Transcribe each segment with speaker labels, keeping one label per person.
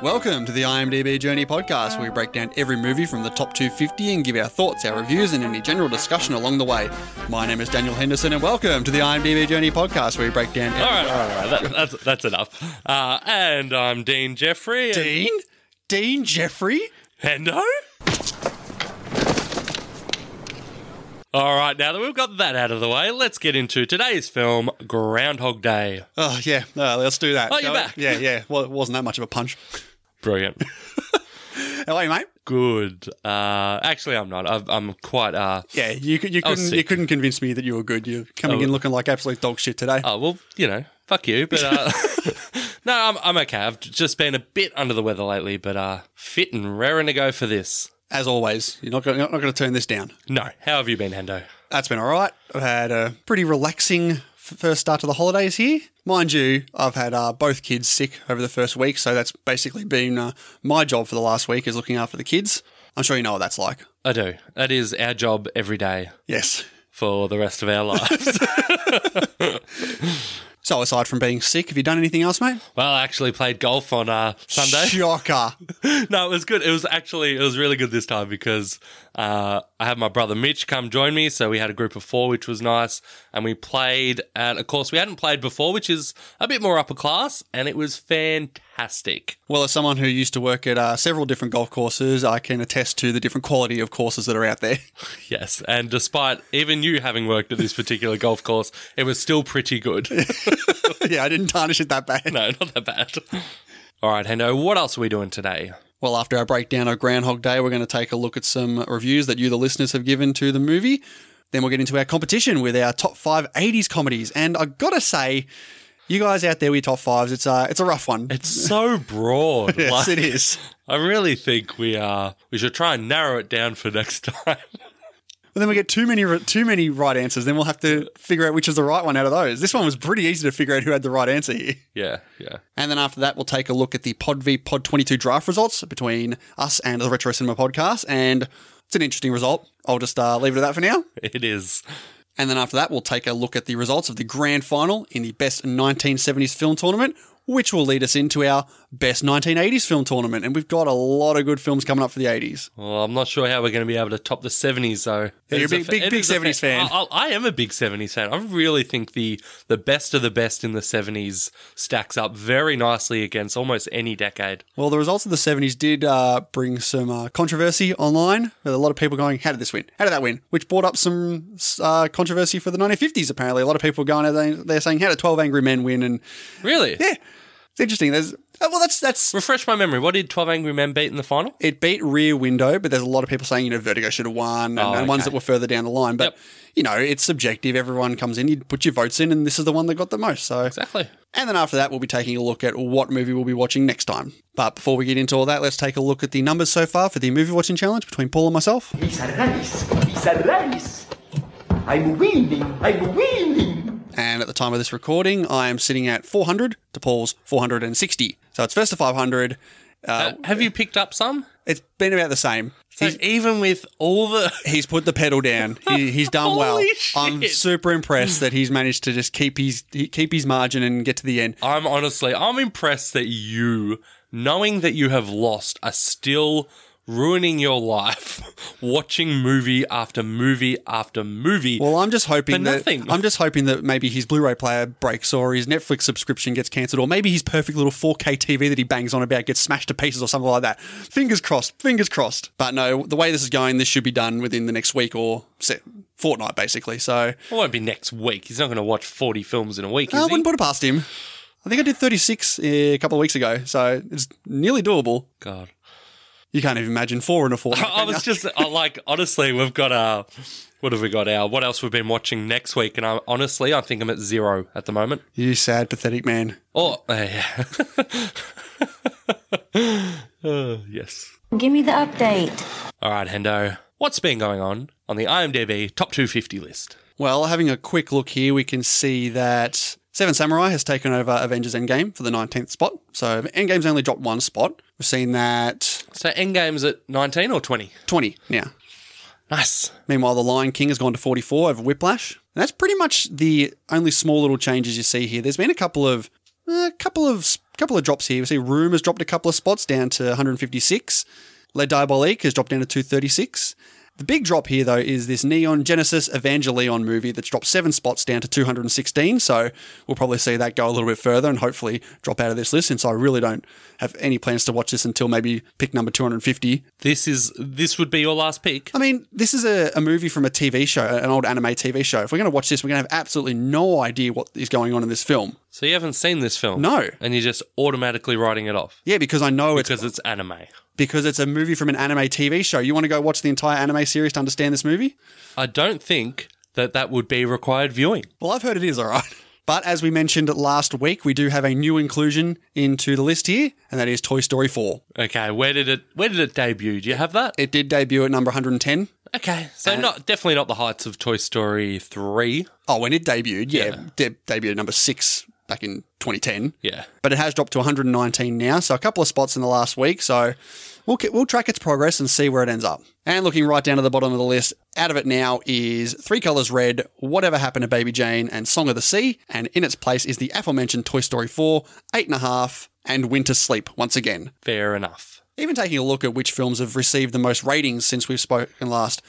Speaker 1: Welcome to the IMDb Journey podcast, where we break down every movie from the top 250 and give our thoughts, our reviews, and any general discussion along the way. My name is Daniel Henderson, and welcome to the IMDb Journey podcast, where we break down.
Speaker 2: All right, all right, that, that's that's enough. Uh, and I'm Dean Jeffrey. And
Speaker 1: Dean? Dean Jeffrey?
Speaker 2: Hendo. All right, now that we've got that out of the way, let's get into today's film, Groundhog Day.
Speaker 1: Oh, yeah, uh, let's do that.
Speaker 2: Oh, you're
Speaker 1: shall we?
Speaker 2: back.
Speaker 1: Yeah, yeah. Well, it wasn't that much of a punch.
Speaker 2: Brilliant.
Speaker 1: How are you, mate?
Speaker 2: Good. Uh, actually, I'm not. I've, I'm quite. Uh,
Speaker 1: Yeah, you, could- you,
Speaker 2: I was
Speaker 1: couldn't,
Speaker 2: sick.
Speaker 1: you couldn't convince me that you were good. You're coming
Speaker 2: Oh.
Speaker 1: in looking like absolute dog shit today.
Speaker 2: oh well, you know, fuck you. But uh, no, I'm I'm okay. I've j- just been a bit under the weather lately, but uh, fit and raring to go for this.
Speaker 1: As always, you're not going not going to turn this down.
Speaker 2: No, how have you been, Hendo?
Speaker 1: That's been all right. I've had a pretty relaxing f- first start to the holidays here. Mind you, I've had uh, both kids sick over the first week, so that's basically been uh, my job for the last week is looking after the kids. I'm sure you know what that's like.
Speaker 2: I do. That is our job every day
Speaker 1: Yes.
Speaker 2: for the rest of our lives.
Speaker 1: So aside from being sick, have you done anything else, mate?
Speaker 2: well, I actually played golf on uh, Sunday.
Speaker 1: Shocker.
Speaker 2: no, it was good. It was actually it was really good this time because uh, I had my brother Mitch come join me, so we had a group of four, which was nice, and we played at a course we hadn't played before, which is a bit more upper class, and it was fantastic.
Speaker 1: Well, as someone who used to work at uh, several different golf courses, I can attest to the different quality of courses that are out there.
Speaker 2: Yes, and despite even you having worked at this particular golf course, it was still pretty good.
Speaker 1: yeah, I didn't tarnish it that bad.
Speaker 2: no, not that bad. All right, Hendo, what else are we doing today?
Speaker 1: Well, after our breakdown of Groundhog Day, we're going to take a look at some reviews that you, the listeners, have given to the movie. Then we'll get into our competition with our top five 80s comedies. And I gotta say, you guys out there with your top fives, it's a, it's a rough one.
Speaker 2: It's so broad.
Speaker 1: yes,
Speaker 2: like-
Speaker 1: it is.
Speaker 2: I really think we uh, we should try and narrow it down for next time.
Speaker 1: But then we get too many too many right answers. Then we'll have to figure out which is the right one out of those. This one was pretty easy to figure out who had the right answer here.
Speaker 2: yeah, yeah.
Speaker 1: And then after that, we'll take a look at the Pod v Pod 22 draft results between us and the Retro Cinema podcast. And it's an interesting result. I'll just uh, leave it at that for now.
Speaker 2: It is.
Speaker 1: And then after that, we'll take a look at the results of the grand final in the best 1970s film tournament, which will lead us into our best 1980s film tournament. And we've got a lot of good films coming up for the 80s.
Speaker 2: Well, I'm not sure how we're going to be able to top the 70s, though.
Speaker 1: Yeah, you're a
Speaker 2: It is
Speaker 1: big-
Speaker 2: fa-
Speaker 1: big-
Speaker 2: it
Speaker 1: big
Speaker 2: is a
Speaker 1: 70s fan.
Speaker 2: I, I- I am a big 70s fan. I really think the the best of the best in the 70s stacks up very nicely against almost any decade.
Speaker 1: Well, the results of the 70s did uh, bring some uh, controversy online. With a lot of people going, How did this win? How did that win? Which brought up some uh, controversy for the 1950s, apparently. A lot of people going out there they're saying, How did 12 Angry Men win? And
Speaker 2: Really?
Speaker 1: yeah, it's interesting. There's, uh, well, that's, that's,
Speaker 2: Refresh my memory. What did 12 Angry Men beat in the final?
Speaker 1: it beat Rear Window, but there's a lot of people saying, you know, Vertigo should have won and,
Speaker 2: Oh,
Speaker 1: and ones
Speaker 2: okay.
Speaker 1: that were further down the line. But,
Speaker 2: Yep.
Speaker 1: you know, it's subjective. Everyone comes in, you put your votes in, and this is the one that got the most. So,
Speaker 2: Exactly.
Speaker 1: and then after that, we'll be taking a look at what movie we'll be watching next time. But before we get into all that, let's take a look at the numbers so far for the movie watching challenge between Paul and myself.
Speaker 3: Pizarralis, Pizarralis. I'm winning, I'm winning.
Speaker 1: And at the time of this recording, I am sitting at 400 to Paul's 460. So it's first to 500.
Speaker 2: Uh, have you picked up some?
Speaker 1: It's been about the same.
Speaker 2: So even with all the.
Speaker 1: He's put the pedal down. He, he's done well.
Speaker 2: Holy
Speaker 1: I'm
Speaker 2: shit.
Speaker 1: super impressed that he's managed to just keep his he- keep his margin and get to the end.
Speaker 2: I'm honestly, I'm impressed that you, knowing that you have lost, are still ruining your life watching movie after movie after movie.
Speaker 1: Well, I'm just hoping that
Speaker 2: nothing.
Speaker 1: I'm just hoping that maybe his Blu-ray player breaks or his Netflix subscription gets cancelled or maybe his perfect little 4K TV that he bangs on about gets smashed to pieces or something like that. Fingers crossed. Fingers crossed. But no, the way this is going, this should be done within the next week or se- fortnight, basically. So
Speaker 2: it won't be next week. He's not going to watch 40 films in a week,
Speaker 1: I
Speaker 2: is he?
Speaker 1: wouldn't put it past him. I think I did 36 a couple of weeks ago, so it's nearly doable.
Speaker 2: God.
Speaker 1: You can't even imagine four in a fortnight.
Speaker 2: I
Speaker 1: can you?
Speaker 2: was just I like, honestly, we've got our. What have we got? Our what else we've been watching next week? And I honestly, I think I'm at zero at the moment.
Speaker 1: You sad, pathetic man.
Speaker 2: Oh, uh, yeah. Uh, yes.
Speaker 4: Give me the update.
Speaker 2: All right, Hendo. What's been going on on the IMDb top 250 list?
Speaker 1: Well, having a quick look here, we can see that Seven Samurai has taken over Avengers Endgame for the 19th spot. So Endgame's only dropped one spot. We've seen that
Speaker 2: So Endgame's at 19 or 20?
Speaker 1: 20 now.
Speaker 2: Nice.
Speaker 1: Meanwhile, The Lion King has gone to 44 over Whiplash. And that's pretty much the only small little changes you see here. There's been a couple of a couple of s- couple of drops here. We see Room has dropped a couple of spots down to 156. Le Diabolique has dropped down to 236. The big drop here, though, is this Neon Genesis Evangelion movie that's dropped seven spots down to 216. So we'll probably see that go a little bit further and hopefully drop out of this list since I really don't have any plans to watch this until maybe pick number 250.
Speaker 2: This is this would be your last pick.
Speaker 1: I mean, this is a, a movie from a TV show, an old anime TV show. If we're going to watch this, we're going to have absolutely no idea what is going on in this film.
Speaker 2: So you haven't seen this film,
Speaker 1: No.
Speaker 2: and you're just automatically writing it off
Speaker 1: Yeah, because I know it's
Speaker 2: because it's anime.
Speaker 1: because it's a movie from an anime TV show. You want to go watch the entire anime series to understand this movie?
Speaker 2: I don't think that that would be required viewing.
Speaker 1: Well, I've heard it is all right. But as we mentioned last week, we do have a new inclusion into the list here, and that is Toy Story 4.
Speaker 2: Okay, where did it where did it debut? Do you have that? Uh,
Speaker 1: It did debut at number 110.
Speaker 2: Okay, so not definitely not the heights of Toy Story three.
Speaker 1: Oh, when it debuted, yeah, de- debuted at number 6 back in 2010.
Speaker 2: Yeah,
Speaker 1: But it has dropped to 119 now, so a couple of spots in the last week. So we'll, ke- we'll track its progress and see where it ends up. And looking right down to the bottom of the list, out of it now is Three Colors Red, Whatever Happened to Baby Jane, and Song of the Sea. And in its place is the aforementioned Toy Story 4, Eight and a Half, and Winter Sleep once again.
Speaker 2: fair enough.
Speaker 1: Even taking a look at which films have received the most ratings since we've spoken last,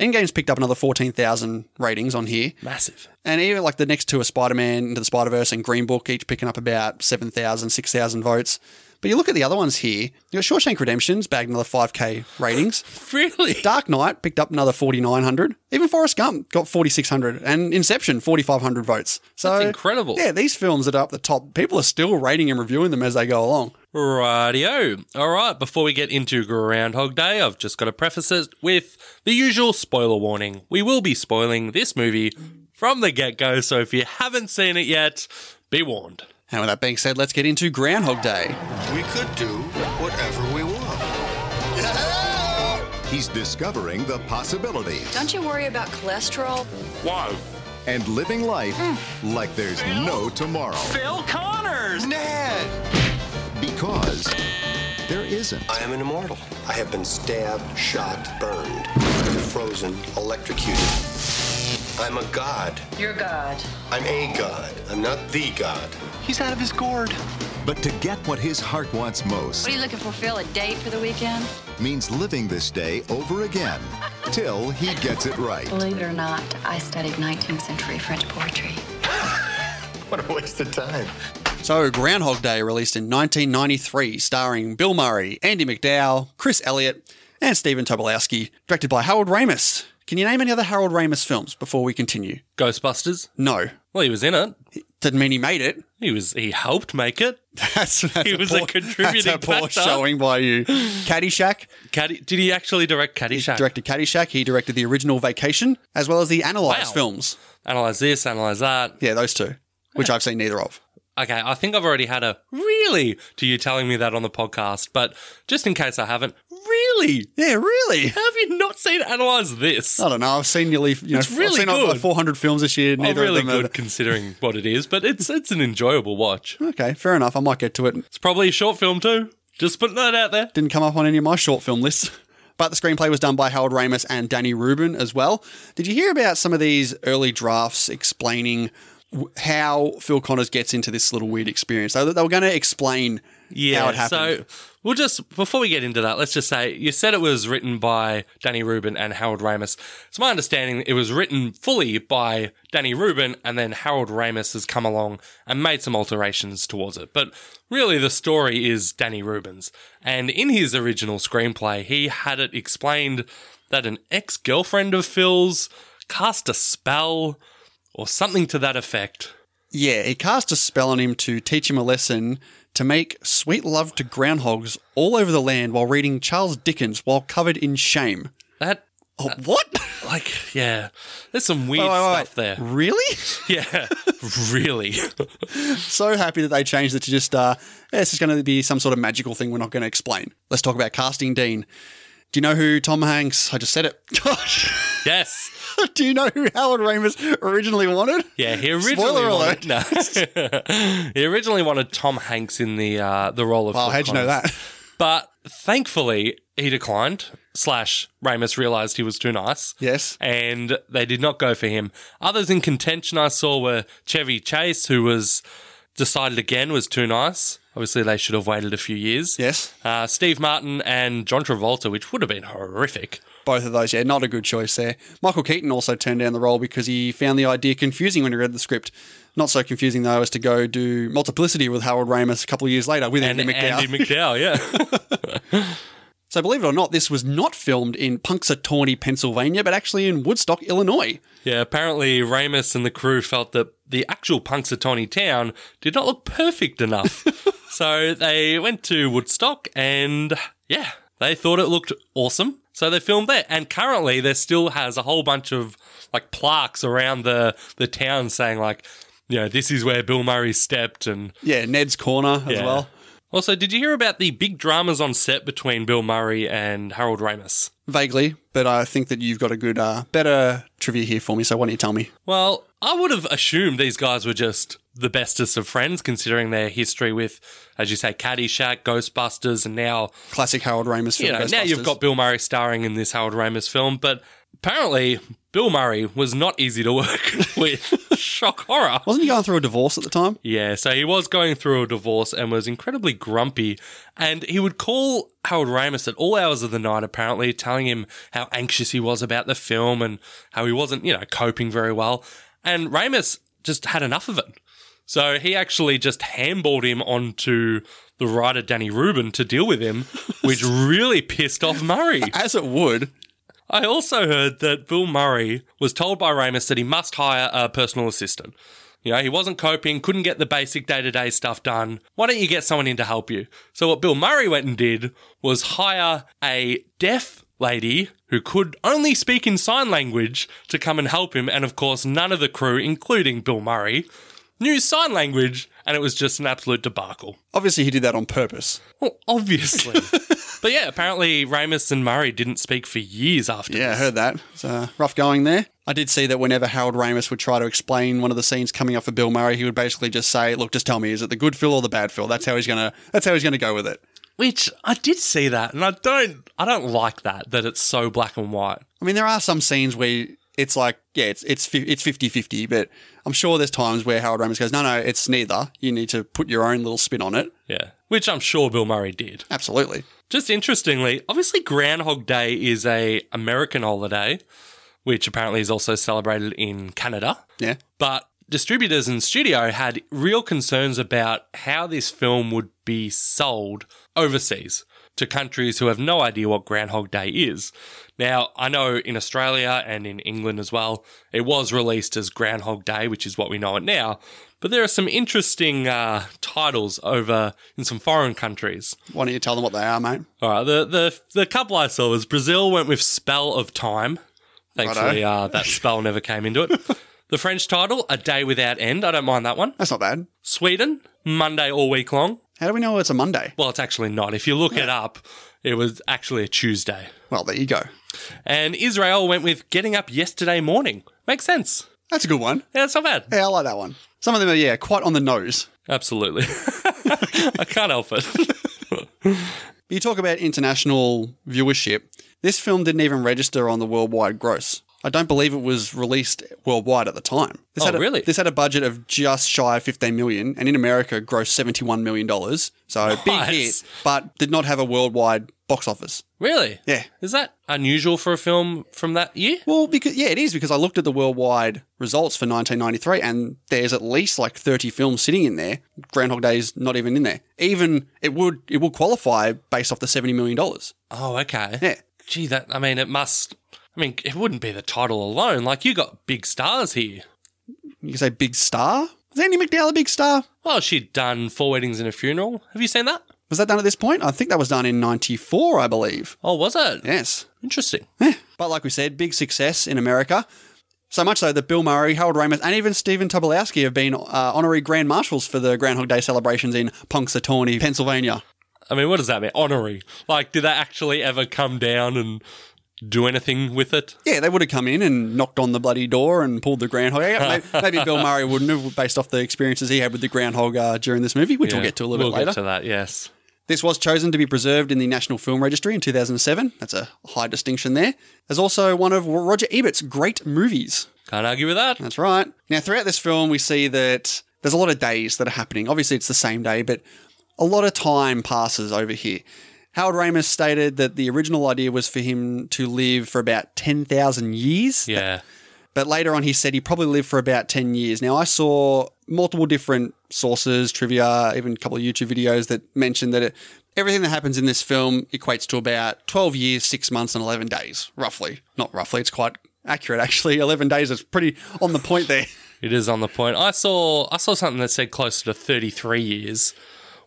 Speaker 1: Endgame's picked up another 14,000 ratings on here.
Speaker 2: Massive.
Speaker 1: And even like the next two are Spider Man, Into the Spider Verse, and Green Book, each picking up about 7,000, 6,000 votes. But you look at the other ones here, you got Shawshank Redemption's bagged another 5K ratings.
Speaker 2: Really?
Speaker 1: Dark Knight picked up another 4,900. Even Forrest Gump got 4,600. And Inception, 4,500 votes. So
Speaker 2: That's incredible.
Speaker 1: Yeah, these films that are up the top, people are still rating and reviewing them as they go along.
Speaker 2: Radio. All right, before we get into Groundhog Day, I've just got to preface it with the usual spoiler warning. We will be spoiling this movie from the get go, so if you haven't seen it yet, be warned.
Speaker 1: And with that being said, let's get into Groundhog Day.
Speaker 4: We could do whatever we want.
Speaker 5: He's discovering the possibilities
Speaker 6: Don't you worry about cholesterol?
Speaker 5: and living life like there's no tomorrow.
Speaker 7: Bill Connors!
Speaker 4: Ned!
Speaker 5: Because there isn't.
Speaker 4: I am an immortal. I have been stabbed, shot, burned, frozen, electrocuted. I'm a god.
Speaker 6: You're God.
Speaker 4: I'm a god. I'm not the god.
Speaker 7: He's out of his gourd.
Speaker 5: But to get what his heart wants most
Speaker 6: What are you looking for, Phil? A date for the weekend?
Speaker 5: means living this day over again till he gets it right.
Speaker 6: Believe it or not, I studied 19th century French poetry.
Speaker 4: What a waste of time.
Speaker 1: So, Groundhog Day, released in 1993, starring Bill Murray, Andy McDowell, Chris Elliott, and Stephen Tobolowsky, directed by Harold Ramis. Can you name any other Harold Ramis films before we continue?
Speaker 2: Ghostbusters?
Speaker 1: No.
Speaker 2: Well, he was in it.
Speaker 1: Didn't mean he made it.
Speaker 2: He was he helped make it.
Speaker 1: That's, that's
Speaker 2: He was a contributing
Speaker 1: that's a poor
Speaker 2: factor.
Speaker 1: showing by you. Caddyshack.
Speaker 2: Caddy, did he actually direct Caddyshack?
Speaker 1: Directed Caddyshack. He directed the original Vacation, as well as the Analyze
Speaker 2: Wow.
Speaker 1: films.
Speaker 2: analyze this, analyze that.
Speaker 1: Yeah, those two, which I've seen neither of.
Speaker 2: Okay, I think I've already had a really to you telling me that on the podcast, but just in case I haven't, really?
Speaker 1: Yeah, really?
Speaker 2: How have you not seen analyze this?
Speaker 1: I don't know. I've seen nearly, you know,
Speaker 2: It's really
Speaker 1: I've seen over
Speaker 2: good.
Speaker 1: 400 films this year.
Speaker 2: Not
Speaker 1: Neither
Speaker 2: really
Speaker 1: of them are-
Speaker 2: good considering what it is, but it's it's an enjoyable watch.
Speaker 1: Okay, fair enough. I might get to it.
Speaker 2: It's probably a short film too. Just putting that out there.
Speaker 1: Didn't come up on any of my short film lists. But the screenplay was done by Harold Ramis and Danny Rubin as well. Did you hear about some of these early drafts explaining w- how Phil Connors gets into this little weird experience? They, they were going to explain how it happened.
Speaker 2: So we'll just before we get into that, let's just say you said it was written by Danny Rubin and Harold Ramis. It's my understanding it was written fully by Danny Rubin, and then Harold Ramis has come along and made some alterations towards it. But really, the story is Danny Rubin's, and in his original screenplay, he had it explained that an ex-girlfriend of Phil's cast a spell or something to that effect.
Speaker 1: yeah, he cast a spell on him to teach him a lesson to make sweet love to groundhogs all over the land while reading Charles Dickens while covered in shame.
Speaker 2: That.
Speaker 1: Oh, what?
Speaker 2: Like, yeah, there's some weird
Speaker 1: Wait, wait, wait.
Speaker 2: stuff there.
Speaker 1: Really?
Speaker 2: Yeah, really.
Speaker 1: so happy that they changed it to just uh yeah, this is going to be some sort of magical thing we're not going to explain. Let's talk about casting Dean. Do you know who Tom Hanks? I just said it. Gosh.
Speaker 2: yes.
Speaker 1: Do you know who Howard Ramus originally wanted?
Speaker 2: Yeah, he originally
Speaker 1: Spoiler
Speaker 2: wanted, alert. No, he originally wanted Tom Hanks in the uh, the role of.
Speaker 1: Wow,
Speaker 2: Phil
Speaker 1: how'd you know
Speaker 2: Connors.
Speaker 1: that?
Speaker 2: But thankfully, he declined. Slash, Ramus realized he was too nice.
Speaker 1: Yes.
Speaker 2: and they did not go for him. Others in contention I saw were Chevy Chase, who was Decided Again was too nice. Obviously, they should have waited a few years.
Speaker 1: Yes.
Speaker 2: Uh, Steve Martin and John Travolta, which would have been horrific.
Speaker 1: Both of those, yeah, not a good choice there. Michael Keaton also turned down the role because he found the idea confusing when he read the script. Not so confusing though as to go do Multiplicity with Harold Ramis a couple of years later with
Speaker 2: And
Speaker 1: Andy McDowell.
Speaker 2: Andy McDowell, yeah.
Speaker 1: so believe it or not, this was not filmed in Punxsutawney, Pennsylvania, but actually in Woodstock, Illinois.
Speaker 2: yeah, apparently Ramus and the crew felt that the actual Punxsutawney town did not look perfect enough. so they went to Woodstock and, yeah, they thought it looked awesome. So they filmed there. And currently, there still has a whole bunch of, like, plaques around the, the town saying, like, you know, this is where Bill Murray stepped and
Speaker 1: Yeah, Ned's Corner as
Speaker 2: Yeah.
Speaker 1: well.
Speaker 2: Also, did you hear about the big dramas on set between Bill Murray and Harold Ramis?
Speaker 1: Vaguely, but I think that you've got a good, uh, better trivia here for me. So why don't you tell me?
Speaker 2: Well, I would have assumed these guys were just the bestest of friends, considering their history with, as you say, Caddyshack, Ghostbusters, and now
Speaker 1: Classic Harold Ramis film.
Speaker 2: you know now you've
Speaker 1: Ghostbusters.
Speaker 2: got Bill Murray starring in this Harold Ramis film. But apparently, Bill Murray was not easy to work with. Shock horror.
Speaker 1: Wasn't he going through a divorce at the time?
Speaker 2: Yeah, so he was going through a divorce and was incredibly grumpy. And he would call Harold Ramis at all hours of the night, apparently, telling him how anxious he was about the film and how he wasn't, you know, coping very well. And Ramis just had enough of it. So he actually just handballed him onto the writer Danny Rubin to deal with him, which really pissed off Murray.
Speaker 1: As it would.
Speaker 2: I also heard that Bill Murray was told by Ramus that he must hire a personal assistant. You know, he wasn't coping, couldn't get the basic day to day stuff done. Why don't you get someone in to help you? So, what Bill Murray went and did was hire a deaf lady who could only speak in sign language to come and help him. And of course, none of the crew, including Bill Murray, knew sign language, and it was just an absolute debacle.
Speaker 1: Obviously, he did that on purpose.
Speaker 2: Well, obviously. but yeah, apparently Ramus and Murray didn't speak for years after
Speaker 1: Yeah, I
Speaker 2: this.
Speaker 1: heard that. It's uh, rough going there. I did see that whenever Harold Ramis would try to explain one of the scenes coming up for Bill Murray, he would basically just say, "Look, just tell me, is it the good fill or the bad fill?" That's how he's gonna. That's how he's gonna go with it.
Speaker 2: Which I did see that, and I don't, I don't like that that it's so black and white.
Speaker 1: I mean, there are some scenes where it's like, yeah, it's it's fi- it's 50-50, but I'm sure there's times where Harold Ramis goes, "No, no, it's neither. You need to put your own little spin on it."
Speaker 2: Yeah, which I'm sure Bill Murray did.
Speaker 1: Absolutely.
Speaker 2: Just interestingly, obviously Groundhog Day is a American holiday, which apparently is also celebrated in Canada.
Speaker 1: Yeah.
Speaker 2: But distributors and studio had real concerns about how this film would be sold overseas to countries who have no idea what Groundhog Day is. Now, I know in Australia and in England as well, it was released as Groundhog Day, which is what we know it now. But there are some interesting uh, titles over in some foreign countries.
Speaker 1: Why don't you tell them what they are, mate?
Speaker 2: All right, the the the couple I saw was Brazil went with Spell of Time. Thankfully, uh, that spell never came into it. The French title, A Day Without End. I don't mind that one.
Speaker 1: That's not bad.
Speaker 2: Sweden, Monday all week long.
Speaker 1: How do we know it's a Monday?
Speaker 2: Well, it's actually not. If you look it up, it was actually a Tuesday.
Speaker 1: Well, there you go.
Speaker 2: And Israel went with Getting Up Yesterday Morning. Makes sense.
Speaker 1: That's a good one.
Speaker 2: Yeah, it's not bad.
Speaker 1: Yeah, I like that one. Some of them are yeah, quite on the nose.
Speaker 2: Absolutely. I can't help it.
Speaker 1: You talk about international viewership. This film didn't even register on the worldwide gross. I don't believe it was released worldwide at the time. This
Speaker 2: Oh,
Speaker 1: had a,
Speaker 2: really?
Speaker 1: This had a budget of just shy of 15 million, and in America, grossed 71 million dollars. So big
Speaker 2: Nice.
Speaker 1: hit, but did not have a worldwide box office.
Speaker 2: really?
Speaker 1: Yeah.
Speaker 2: Is that unusual for a film from that year?
Speaker 1: Well, because yeah, it is because I looked at the worldwide results for 1993, and there's at least like 30 films sitting in there. Groundhog Day's not even in there. Even it would it would qualify based off the 70 million dollars.
Speaker 2: Oh, okay.
Speaker 1: Yeah.
Speaker 2: Gee, that I mean, it must. I mean, it wouldn't be the title alone. Like you got big stars here.
Speaker 1: You can say big star. Was Andy McDowell a big star?
Speaker 2: Well, she'd done four weddings and a funeral. Have you seen that?
Speaker 1: Was that done at this point? I think that was done in 94, I believe.
Speaker 2: Oh, was it?
Speaker 1: Yes.
Speaker 2: Interesting.
Speaker 1: But like we said, big success in America. So much so that Bill Murray, Harold Ramis, and even Stephen Tobolowsky have been uh, honorary grand marshals for the Groundhog Day celebrations in Punxsutawney, Pennsylvania.
Speaker 2: I mean, what does that mean? Honorary. Like, did they actually ever come down and do anything with it?
Speaker 1: Yeah, they would have come in and knocked on the bloody door and pulled the groundhog out. Maybe, maybe Bill Murray wouldn't have, based off the experiences he had with the groundhog uh, during this movie, which we'll
Speaker 2: Yeah.
Speaker 1: get to a little
Speaker 2: We'll
Speaker 1: bit later.
Speaker 2: Get to that, yes.
Speaker 1: This was chosen to be preserved in the National Film Registry in 2007. That's a high distinction there. There's also one of Roger Ebert's great movies.
Speaker 2: Can't argue with that.
Speaker 1: That's right. Now, throughout this film, we see that There's a lot of days that are happening. Obviously, it's the same day, but a lot of time passes over here. Howard Ramus stated that the original idea was for him to live for about 10,000 years.
Speaker 2: Yeah.
Speaker 1: But later on, he said he probably lived for about 10 years. Now, I saw multiple different sources, trivia, even a couple of YouTube videos that mentioned that it, everything that happens in this film equates to about 12 years, 6 months, and 11 days, roughly. Not roughly, it's quite accurate, actually. 11 days is pretty on the point there.
Speaker 2: It is on the point. I saw I saw something that said closer to 33 years,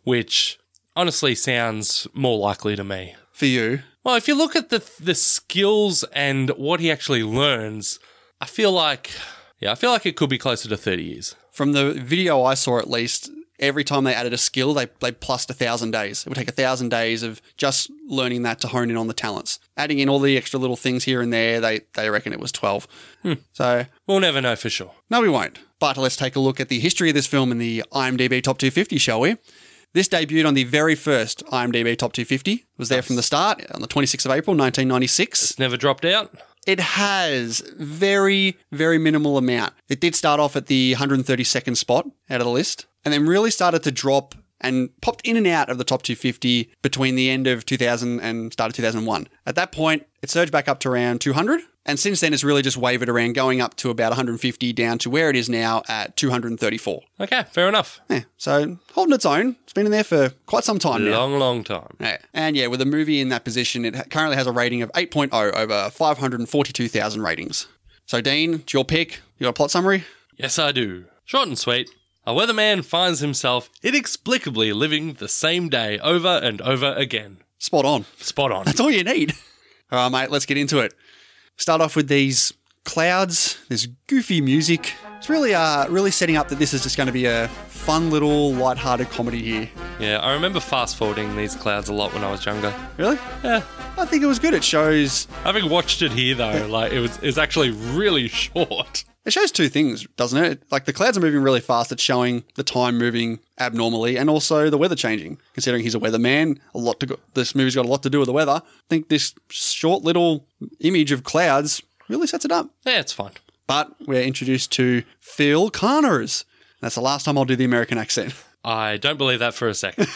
Speaker 2: which honestly sounds more likely to me.
Speaker 1: For you,
Speaker 2: Well, if you look at the the skills and what he actually learns, I feel like yeah, I feel like it could be closer to 30 years.
Speaker 1: from the video I saw at least, every time they added a skill, they, they plussed a thousand days. It would take a thousand days of just learning that to hone in on the talents. Adding in all the extra little things here and there, they, they reckon it was 12. So,
Speaker 2: We'll never know for sure.
Speaker 1: no, we won't. But let's take a look at the history of this film in the IMDb Top 250, shall we? This debuted on the very first IMDb Top 250. It was there from the start on the 26th of April, 1996.
Speaker 2: It's never dropped out.
Speaker 1: It has very, very minimal amount. It did start off at the 132nd spot out of the list and then really started to drop and popped in and out of the top 250 between the end of 2000 and start of 2001. At that point, it surged back up to around 200. And since then, it's really just wavered around, going up to about 150, down to where it is now at 234.
Speaker 2: Okay, fair enough.
Speaker 1: Yeah, so holding its own. It's been in there for quite some time now.
Speaker 2: Long, long time.
Speaker 1: Yeah. And yeah, with a movie in that position, it ha- currently has a rating of 8.0 over 542,000 ratings. So, Dean, it's your pick. You got a plot summary?
Speaker 2: Yes, I do. Short and sweet. A weatherman finds himself inexplicably living the same day over and over again.
Speaker 1: Spot on.
Speaker 2: Spot on.
Speaker 1: That's all you need. All right, mate, let's get into it. Start off with these clouds, this goofy music. It's really, uh, really setting up that this is just going to be a fun little light-hearted comedy here.
Speaker 2: Yeah, I remember fast forwarding these clouds a lot when I was younger.
Speaker 1: Really?
Speaker 2: Yeah.
Speaker 1: I think it was good. It shows
Speaker 2: Having watched it here though, like it was it's actually really short.
Speaker 1: It shows two things, doesn't it? Like the clouds are moving really fast. It's showing the time moving abnormally, and also the weather changing. Considering he's a weatherman, a lot to go- this movie's got a lot to do with the weather. I think this short little image of clouds really sets it up.
Speaker 2: Yeah, it's fine.
Speaker 1: But we're introduced to Phil Connors. That's the last time I'll do the American accent.
Speaker 2: I don't believe that for a second.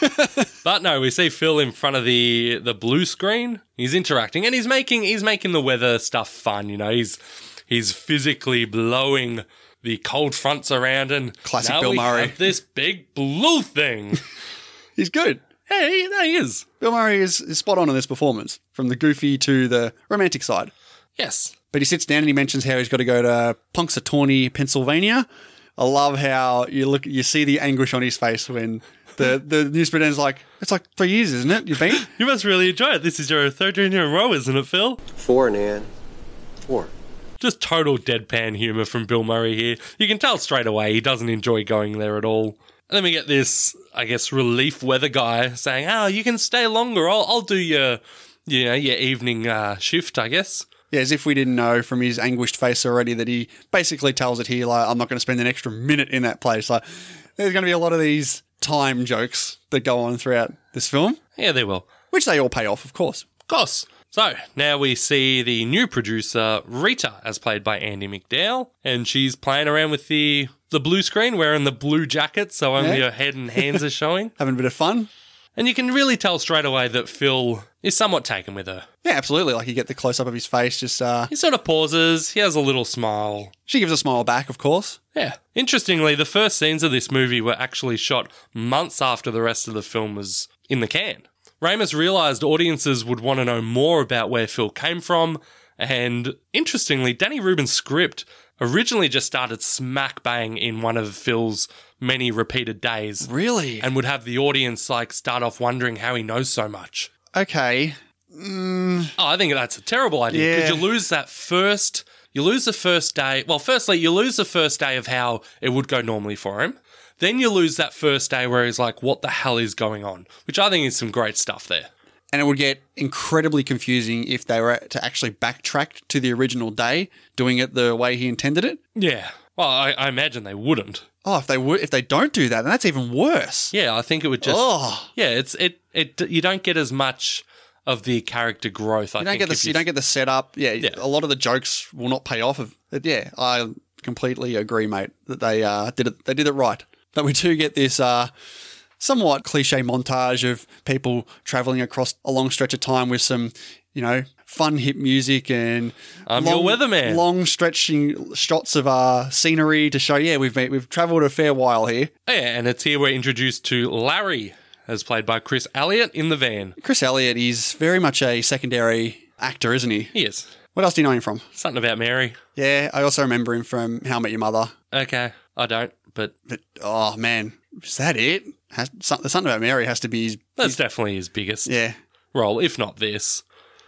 Speaker 2: but no, we see Phil in front of the the blue screen. He's interacting and he's making he's making the weather stuff fun, you know. He's he's physically blowing the cold fronts around and
Speaker 1: Classic
Speaker 2: now
Speaker 1: Bill
Speaker 2: we
Speaker 1: Murray.
Speaker 2: have this big blue thing.
Speaker 1: He's good.
Speaker 2: hey, there he is.
Speaker 1: Bill Murray is, is spot on in this performance, from the goofy to the romantic side.
Speaker 2: Yes.
Speaker 1: But he sits down and he mentions how he's got to go to Punxsutawney, Pennsylvania. I love how you look, you see the anguish on his face when the the news presenter's like, "It's like three years, isn't it? You've been."
Speaker 2: You must really enjoy it. This is your third year in a row, isn't it, Phil?
Speaker 4: Four, Nan. Four.
Speaker 2: Just total deadpan humor from Bill Murray here. You can tell straight away he doesn't enjoy going there at all. And then we get this, I guess, relief weather guy saying, "Oh, you can stay longer. I'll, I'll do your, you know, your evening uh, shift, I guess."
Speaker 1: yeah, as if we didn't know from his anguished face already that he basically tells it here, like, "I'm not going to spend an extra minute in that place." Like, there's going to be a lot of these time jokes that go on throughout this film,
Speaker 2: Yeah, they will.
Speaker 1: which they all pay off, of course.
Speaker 2: Of course. So now we see the new producer Rita, as played by Andy McDowell, and she's playing around with the the blue screen, wearing the blue jacket, so only
Speaker 1: Yeah.
Speaker 2: her head and hands are showing.
Speaker 1: Having a bit of fun,
Speaker 2: And you can really tell straight away that Phil is somewhat taken with her.
Speaker 1: yeah, absolutely. Like you get the close up of his face, just uh,
Speaker 2: He sort of pauses. He has a little smile.
Speaker 1: she gives a smile back, of course.
Speaker 2: Yeah. Interestingly, the first scenes of this movie were actually shot months after the rest of the film was in the can. Ramus realized audiences would want to know more about where Phil came from, and interestingly, Danny Rubin's script originally just started smack bang in one of Phil's many repeated days.
Speaker 1: Really?
Speaker 2: And would have the audience like start off wondering how he knows so much.
Speaker 1: Okay,
Speaker 2: Oh, I think that's a terrible idea because
Speaker 1: Yeah.
Speaker 2: you lose that first. You lose the first day. Well, firstly, you lose the first day of how it would go normally for him. Then you lose that first day where he's like, "What the hell is going on?" Which I think is some great stuff there.
Speaker 1: and it would get incredibly confusing if they were to actually backtrack to the original day, doing it the way he intended it.
Speaker 2: Yeah. Well, I, I imagine they wouldn't.
Speaker 1: Oh, if they would, if they don't do that, then that's even worse.
Speaker 2: Yeah, I think it would just.
Speaker 1: Oh,
Speaker 2: Yeah, it's it it. You don't get as much of the character growth. I
Speaker 1: you don't
Speaker 2: think
Speaker 1: get
Speaker 2: if
Speaker 1: the you don't get the setup. Yeah, a lot of the jokes will not pay off. Of but yeah, I completely agree, mate. That they uh, did it. They did it right. But we do get this uh, somewhat cliche montage of people traveling across a long stretch of time with some, you know, fun hip music and
Speaker 2: I'm your weatherman.
Speaker 1: long stretching shots of uh, scenery to show, yeah, we've made, we've traveled a fair while here.
Speaker 2: Oh, yeah, and it's here we're introduced to Larry, as played by Chris Elliott in the van.
Speaker 1: Chris Elliott is very much a secondary actor, isn't he?
Speaker 2: He is.
Speaker 1: What else do you know him from?
Speaker 2: Something about Mary.
Speaker 1: Yeah, I also remember him from How I Met Your Mother.
Speaker 2: Okay, I don't, but
Speaker 1: But oh man, is that it? Has, some- there's something about Mary has to be his.
Speaker 2: that's definitely his biggest
Speaker 1: Yeah,
Speaker 2: role, if not this.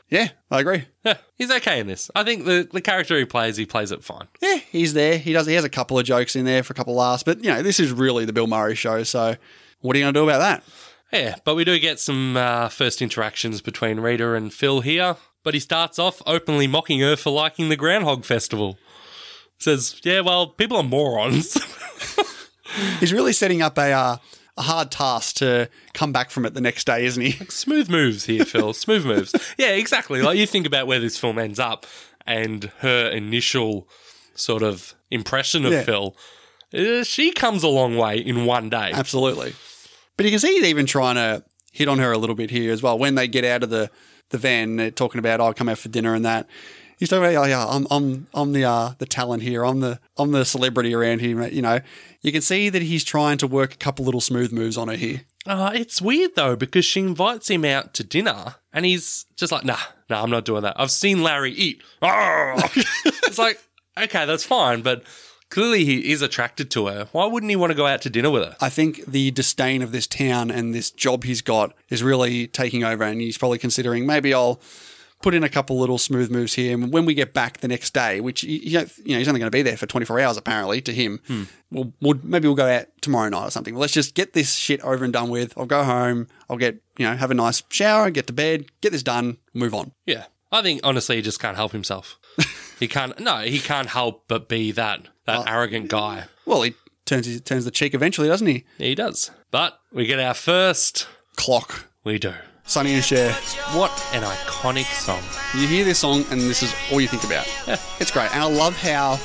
Speaker 1: yeah, I agree.
Speaker 2: Yeah, he's okay in this. I think the, the character he plays, he plays it fine.
Speaker 1: Yeah, he's there. He does. He has a couple of jokes in there for a couple of laughs, but you know, this is really the Bill Murray show. So, what are you going to do about that?
Speaker 2: Yeah, but we do get some uh, first interactions between Rita and Phil here. But he starts off openly mocking her for liking the Groundhog Festival. Says, yeah, well, people are morons.
Speaker 1: He's really setting up a uh, a hard task to come back from it the next day, isn't he?
Speaker 2: Smooth moves here, Phil. Smooth moves. Yeah, exactly. Like you think about where this film ends up and her initial sort of impression of
Speaker 1: Yeah.
Speaker 2: Phil. Uh, she comes a long way in one day.
Speaker 1: Absolutely. But you can see he's even trying to hit on her a little bit here as well. When they get out of the, the van, they're talking about, oh, I'll come out for dinner and that. He's talking about, oh, yeah, I'm, I'm, I'm the, uh, the talent here. I'm the, I'm the celebrity around here. mate," You know, you can see that he's trying to work a couple little smooth moves on her here.
Speaker 2: Uh, it's weird though because she invites him out to dinner and he's just like, nah, nah, I'm not doing that. I've seen Larry eat. Arrgh. it's like, okay, that's fine, but clearly he is attracted to her. Why wouldn't he want to go out to dinner with her?
Speaker 1: I think the disdain of this town and this job he's got is really taking over, and he's probably considering maybe I'll put in a couple little smooth moves here. And when we get back the next day, which y- you know, you know he's only going to be there for 24 hours apparently to him, we'll, we'll maybe we'll go out tomorrow night or something. Let's just get this shit over and done with. I'll go home. I'll get you know have a nice shower, get to bed, get this done, move on.
Speaker 2: Yeah. I think honestly he just can't help himself. he can't no, he can't help but be that that
Speaker 1: Oh.
Speaker 2: arrogant guy.
Speaker 1: Well, he turns his, turns the cheek eventually, doesn't he?
Speaker 2: He does. But we get our first
Speaker 1: Clock.
Speaker 2: we do.
Speaker 1: Sonny and Cher.
Speaker 2: What an iconic song.
Speaker 1: You hear this song, and this is all you think about. It's great, and I love how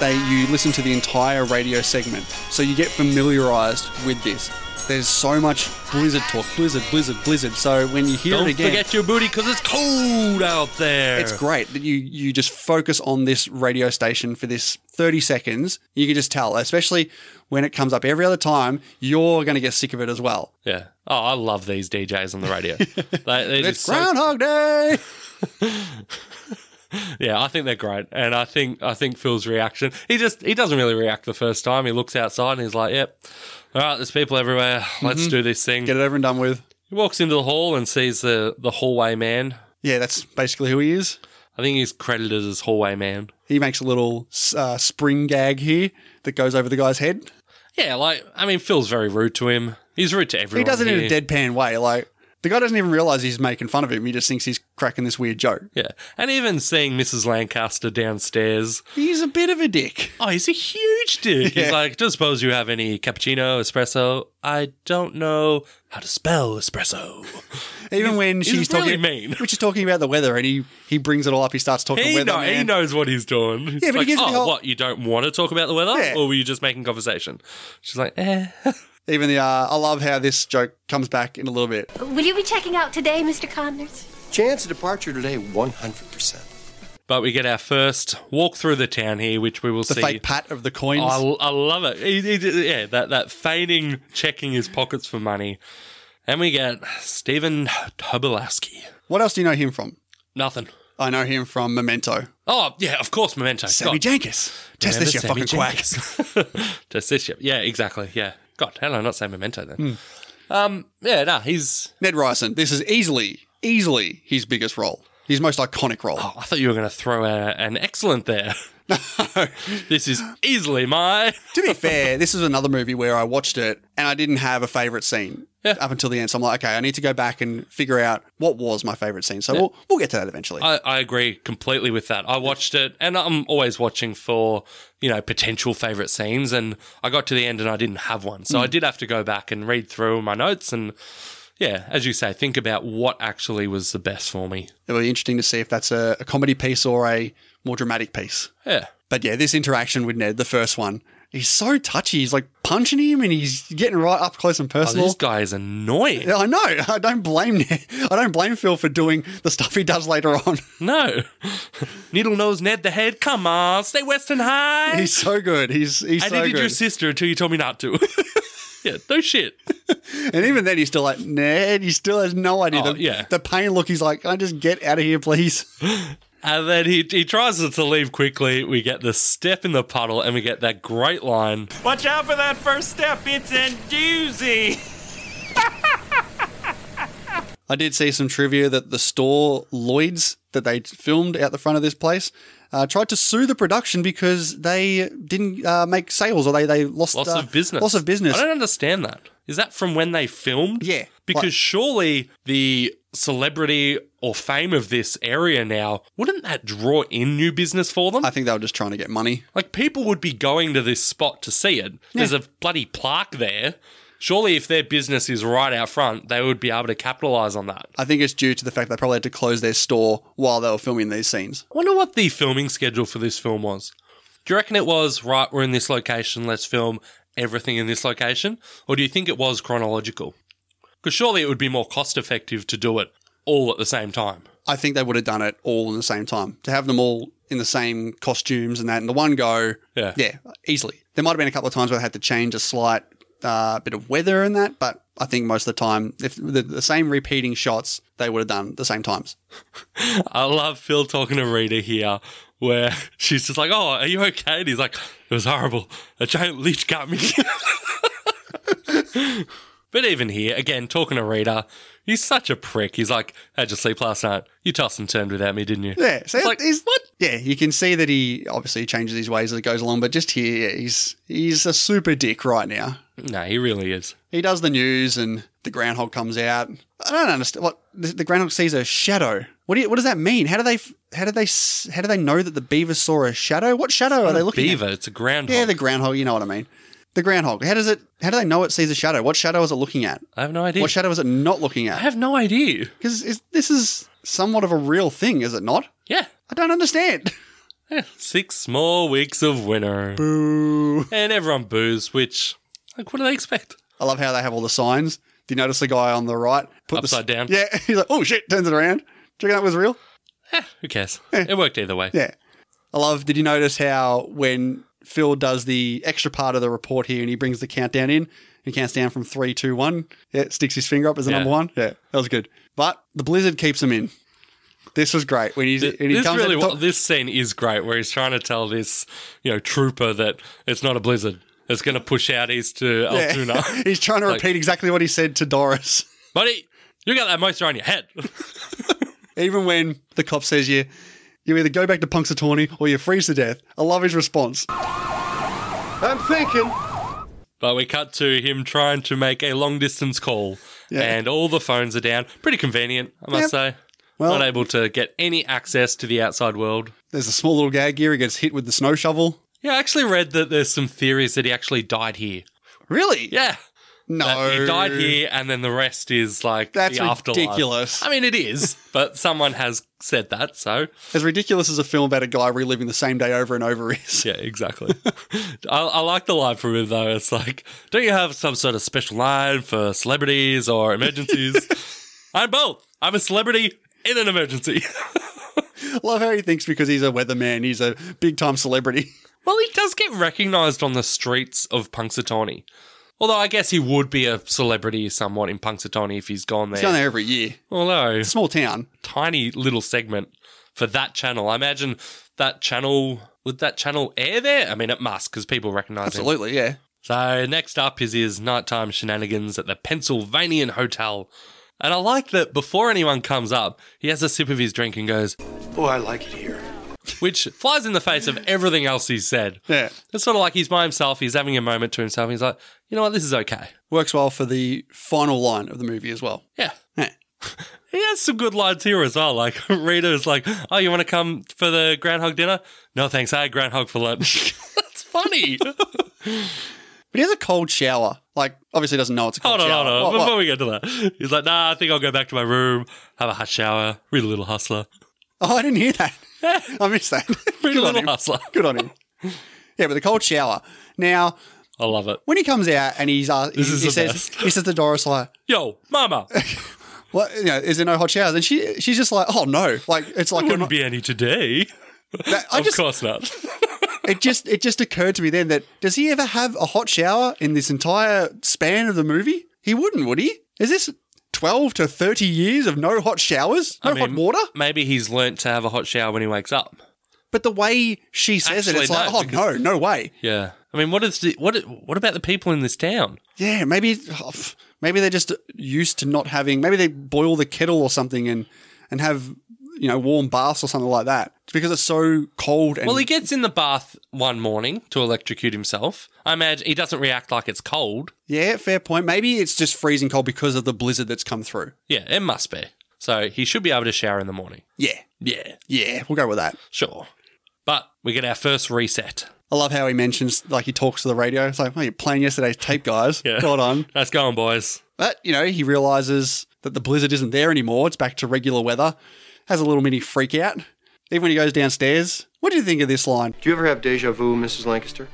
Speaker 1: they you listen to the entire radio segment, so you get familiarized with this. There's so much blizzard talk, blizzard, blizzard, blizzard. So when you hear
Speaker 2: Don't
Speaker 1: it again,
Speaker 2: forget your booty because it's cold out there.
Speaker 1: it's great that you you just focus on this radio station for this 30 seconds. You can just tell, especially when it comes up every other time, you're going to get sick of it as well.
Speaker 2: Yeah. Oh, I love these DJs on the radio. they, they're
Speaker 1: It's
Speaker 2: just so-
Speaker 1: Groundhog Day.
Speaker 2: yeah, I think they're great, and I think I think Phil's reaction. He just he doesn't really react the first time. He looks outside and he's like, "Yep, all right, there's people everywhere. Let's do this thing."
Speaker 1: Mm-hmm. Get it over and done with.
Speaker 2: He walks into the hall and sees the the hallway man.
Speaker 1: Yeah, that's basically who he is.
Speaker 2: I think he's credited as hallway man.
Speaker 1: He makes a little uh, spring gag here that goes over the guy's head.
Speaker 2: Yeah, like I mean, Phil's very rude to him. He's rude to
Speaker 1: He
Speaker 2: everyone.
Speaker 1: does it in a
Speaker 2: here.
Speaker 1: deadpan way. Like, the guy doesn't even realize he's making fun of him. He just thinks he's cracking this weird joke.
Speaker 2: Yeah, and even seeing Mrs. Lancaster downstairs.
Speaker 1: He's a bit of a dick.
Speaker 2: Oh, he's a huge dick. He's like, do you suppose you have any cappuccino, espresso? I don't know how to spell espresso.
Speaker 1: Even when
Speaker 2: he's
Speaker 1: she's
Speaker 2: really
Speaker 1: talking,
Speaker 2: mean.
Speaker 1: which is talking about the weather, and he he brings it all up. He starts talking
Speaker 2: He,
Speaker 1: weather.
Speaker 2: know, he
Speaker 1: man.
Speaker 2: knows what he's doing. He's
Speaker 1: but he
Speaker 2: like,
Speaker 1: gives
Speaker 2: oh,
Speaker 1: the whole-
Speaker 2: what, you don't want to talk about the weather?
Speaker 1: Yeah.
Speaker 2: Or were you just making conversation? She's like, eh.
Speaker 1: Even the uh, I love how this joke comes back in a little bit.
Speaker 8: Will you be checking out today, Mr. Connors?
Speaker 4: Chance of departure today, 100%.
Speaker 2: But we get our first walk through the town here, which we will
Speaker 1: The
Speaker 2: see.
Speaker 1: fake pat of the coins.
Speaker 2: I, I love it. He- he did- yeah, that, that feigning checking his pockets for money. And we get Stephen Tobolowsky.
Speaker 1: what else do you know him from?
Speaker 2: Nothing.
Speaker 1: I know him from Memento.
Speaker 2: Oh, yeah, of course, Memento.
Speaker 1: Sammy
Speaker 2: God.
Speaker 1: Jenkins. Test this, you fucking quack.
Speaker 2: quack. Just this shit. Yeah, exactly. Yeah. God, how did I not say memento then? Um, yeah, nah, he's.
Speaker 1: Ned Ryerson. This is easily, easily his biggest role. His most iconic role.
Speaker 2: I thought you were going to throw a, an excellent there. this is easily my.
Speaker 1: to be fair, this is another movie where I watched it and I didn't have a favorite scene up until the end. So I'm like, okay, I need to go back and figure out what was my favorite scene. So we'll, we'll get to that eventually.
Speaker 2: I, I agree completely with that. I watched it, and I'm always watching for you know potential favorite scenes. And I got to the end, and I didn't have one, so I did have to go back and read through my notes. And yeah, as you say, think about what actually was the best for me.
Speaker 1: It'll be interesting to see if that's a, a comedy piece or a more dramatic piece.
Speaker 2: Yeah,
Speaker 1: But yeah, this interaction with Ned, the first one, he's so touchy. He's like punching him and he's getting right up close and
Speaker 2: Oh,
Speaker 1: personal.
Speaker 2: this guy is annoying.
Speaker 1: Yeah, I know. I don't blame I don't blame Phil for doing the stuff he does later on.
Speaker 2: No. Needle nose Ned the head. Come on, stay Western High.
Speaker 1: He's so good. He's he's
Speaker 2: I
Speaker 1: so
Speaker 2: needed
Speaker 1: good.
Speaker 2: your sister until you told me not to. yeah, no shit.
Speaker 1: and even then, he's still like Ned. He still has no idea.
Speaker 2: Oh,
Speaker 1: the,
Speaker 2: yeah.
Speaker 1: the pain look. He's like, "Can I just get out of here, please?"
Speaker 2: And then he, he tries to leave quickly. We get the step in the puddle and we get that great line.
Speaker 9: Watch out for that first step. It's a doozy.
Speaker 1: I did see some trivia that the store Lloyd's that they filmed out the front of this place uh, tried to sue the production because they didn't uh, make sales or they they lost
Speaker 2: Loss
Speaker 1: uh,
Speaker 2: of business.
Speaker 1: Loss of business.
Speaker 2: I don't understand that. Is that from when they filmed?
Speaker 1: Yeah,
Speaker 2: Because
Speaker 1: like-
Speaker 2: surely the celebrity or fame of this area now, wouldn't that draw in new business for them?
Speaker 1: I think they were just trying to get money.
Speaker 2: Like people would be going to this spot to see it. There's a bloody plaque there. Surely, if their business is right out front, they would be able to capitalize on that. I
Speaker 1: I think it's due to the fact they probably had to close their store while they were filming these scenes.
Speaker 2: wonder what the filming schedule for this film was. Do you reckon it was right? We're in this location. Let's film everything in this location, or do you think it was chronological? Because surely it would be more cost effective to do it all at the same time.
Speaker 1: I think they would have done it all in the same time to have them all in the same costumes and that in the one go.
Speaker 2: Yeah.
Speaker 1: yeah, easily. There might have been a couple of times where they had to change a slight uh, bit of weather and that, but I think most of the time, if the, the same repeating shots, they would have done the same times.
Speaker 2: I love Phil talking to Rita here, where she's just like, "Oh, are you okay?" And he's like, "It was horrible. A giant leech got me." but even here, again, talking to Rita, he's such a prick. He's like, "How'd you sleep last night? You tossed and turned without me, didn't you?"
Speaker 1: Yeah, so
Speaker 2: It's like,
Speaker 1: he's-
Speaker 2: what?
Speaker 1: Yeah, you can see that he obviously changes his ways as it goes along, but just here, yeah, he's he's a super dick right now.
Speaker 2: No, he really is.
Speaker 1: He does the news, and the groundhog comes out. I don't understand what the, the groundhog sees a shadow. What do you, what does that mean? How do they f- how do they s- how do they know that the beaver saw a shadow? What shadow are they looking
Speaker 2: Beaver,
Speaker 1: at?
Speaker 2: it's a groundhog.
Speaker 1: Yeah, the groundhog. You know what I mean. The groundhog. How does it? How do they know it sees a shadow? What shadow is it looking at?
Speaker 2: I have no idea.
Speaker 1: What shadow is it not looking
Speaker 2: I
Speaker 1: at?
Speaker 2: have no idea.
Speaker 1: Because this is somewhat of a real thing, is it not?
Speaker 2: Yeah.
Speaker 1: I don't understand.
Speaker 2: Yeah, Six more weeks of winter. Boo. And everyone boos, which, like, what do they expect?
Speaker 1: I love how they have all the signs. Do you notice the guy on the right? Put
Speaker 2: Upside
Speaker 1: the,
Speaker 2: down.
Speaker 1: Yeah, he's like, oh shit, turns it around. Checking out was real.
Speaker 2: Eh, who cares? It worked either way.
Speaker 1: Yeah. I love, did you notice how when Phil does the extra part of the report here and he brings the countdown in and counts down from three, two, one, yeah, sticks his finger up as the
Speaker 2: Yeah.
Speaker 1: number one? Yeah, that was good. But the blizzard keeps him in. This was great. When he's, and he
Speaker 2: this
Speaker 1: comes
Speaker 2: really,
Speaker 1: out,
Speaker 2: wa- this scene is great, where he's trying to tell this, you know, trooper that it's not a blizzard. It's going to push out east to
Speaker 1: yeah.
Speaker 2: Altoona.
Speaker 1: he's trying to
Speaker 2: Like-
Speaker 1: repeat exactly what he said to Doris.
Speaker 2: Buddy, you got that moisture on your head.
Speaker 1: Even when the cop says you, you either go back to Punxsutawney or you freeze to death. I love his response.
Speaker 4: I'm thinking.
Speaker 2: but we cut to him trying to make a long distance call,
Speaker 1: Yeah.
Speaker 2: and all the phones are down. Pretty convenient, I must say.
Speaker 1: Well-
Speaker 2: not able to get any access to the outside world.
Speaker 1: There's a small little gag here. He gets hit with the snow shovel.
Speaker 2: Yeah, I actually read that there's some theories that he actually died here.
Speaker 1: Really?
Speaker 2: Yeah.
Speaker 1: No.
Speaker 2: That he died here, and then the rest is like
Speaker 1: That's
Speaker 2: the afterlife.
Speaker 1: ridiculous.
Speaker 2: I mean, it is, but someone has said that, so
Speaker 1: As ridiculous as a film about a guy reliving the same day over and over is.
Speaker 2: yeah, exactly. I, I like the line from him though. It's like, don't you have some sort of special line for celebrities or emergencies? I'm both. I'm a celebrity in an emergency.
Speaker 1: Love how he thinks because he's a weatherman, he's a big time celebrity.
Speaker 2: well, he does get recognised on the streets of Punxsutawney. Although I guess he would be a celebrity somewhat in Punxsutawney if he's gone there.
Speaker 1: He's gone there every year.
Speaker 2: Although
Speaker 1: Small town.
Speaker 2: tiny little segment for that channel. I imagine that channel would that channel air there? I mean, it must because people recognise it.
Speaker 1: Absolutely, yeah.
Speaker 2: So next up is his nighttime shenanigans at the Pennsylvanian Hotel. And I like that before anyone comes up, he has a sip of his drink and goes,
Speaker 4: Oh, I like it here.
Speaker 2: which flies in the face of everything else he's said.
Speaker 1: Yeah.
Speaker 2: It's sort of like he's by himself, he's having a moment to himself, he's like, you know what, this is okay.
Speaker 1: Works well for the final line of the movie as well.
Speaker 2: Yeah.
Speaker 1: Yeah.
Speaker 2: He has some good lines here as well. Like Rita's like, "Oh, you want to come for the groundhog dinner?" No, thanks. I had groundhog for lunch. That's funny.
Speaker 1: But he has a cold shower. Like, obviously doesn't know it's a cold
Speaker 2: hold on,
Speaker 1: shower.
Speaker 2: hold on.
Speaker 1: What- what?
Speaker 2: Before we get to that, he's like, "Nah, I think I'll go back to my room, have a hot shower, read a little hustler,
Speaker 1: Oh, I didn't hear that. I missed that.
Speaker 2: read
Speaker 1: Good
Speaker 2: a
Speaker 1: on
Speaker 2: little
Speaker 1: him.
Speaker 2: hustler."
Speaker 1: Good on him. Yeah, but the cold shower. Now,
Speaker 2: I love it.
Speaker 1: When he comes out and he's uh, he,
Speaker 2: is
Speaker 1: he
Speaker 2: the
Speaker 1: says
Speaker 2: best.
Speaker 1: he says to Doris like,
Speaker 2: Yo, mama, it
Speaker 1: "What? You know, is there no hot showers?" And she she's just like, "Oh no!" Like it's like
Speaker 2: wouldn't be any today.
Speaker 1: that- I
Speaker 2: of
Speaker 1: just
Speaker 2: course not.
Speaker 1: it just it just occurred to me then that does he ever have a hot shower in this entire span of the movie? He wouldn't, would he? Is this twelve to thirty years of no hot showers, no
Speaker 2: I mean,
Speaker 1: hot water?
Speaker 2: Maybe he's learnt to have a hot shower when he wakes up.
Speaker 1: But the way she says it,
Speaker 2: Actually,
Speaker 1: it's
Speaker 2: no,
Speaker 1: like, oh no,
Speaker 2: because-
Speaker 1: no way.
Speaker 2: Yeah. I mean, what is the, what? What about the people in this town?
Speaker 1: Yeah, maybe oh, pff, maybe they're just used to not having. Maybe they boil the kettle or something and and have you know warm baths or something like that. It's because it's so cold. And
Speaker 2: Well, he gets in the bath one morning to electrocute himself. I imagine he doesn't react like it's cold.
Speaker 1: yeah, fair point. Maybe it's just freezing cold because of the blizzard that's come through.
Speaker 2: Yeah, it must be. So he should be able to shower in the morning.
Speaker 1: Yeah,
Speaker 2: Yeah,
Speaker 1: yeah, we'll go with that.
Speaker 2: sure. But we get our first reset.
Speaker 1: I love how he mentions like he talks to the radio. It's like, oh, you're playing yesterday's tape, guys.
Speaker 2: Yeah.
Speaker 1: Hold on.
Speaker 2: That's going, boys.
Speaker 1: But, you know, he realizes that the blizzard isn't there anymore. It's back to regular weather. Has a little mini freak out. Even when he goes downstairs. What do you think of this line?
Speaker 4: Do you ever have deja vu, Mrs. Lancaster?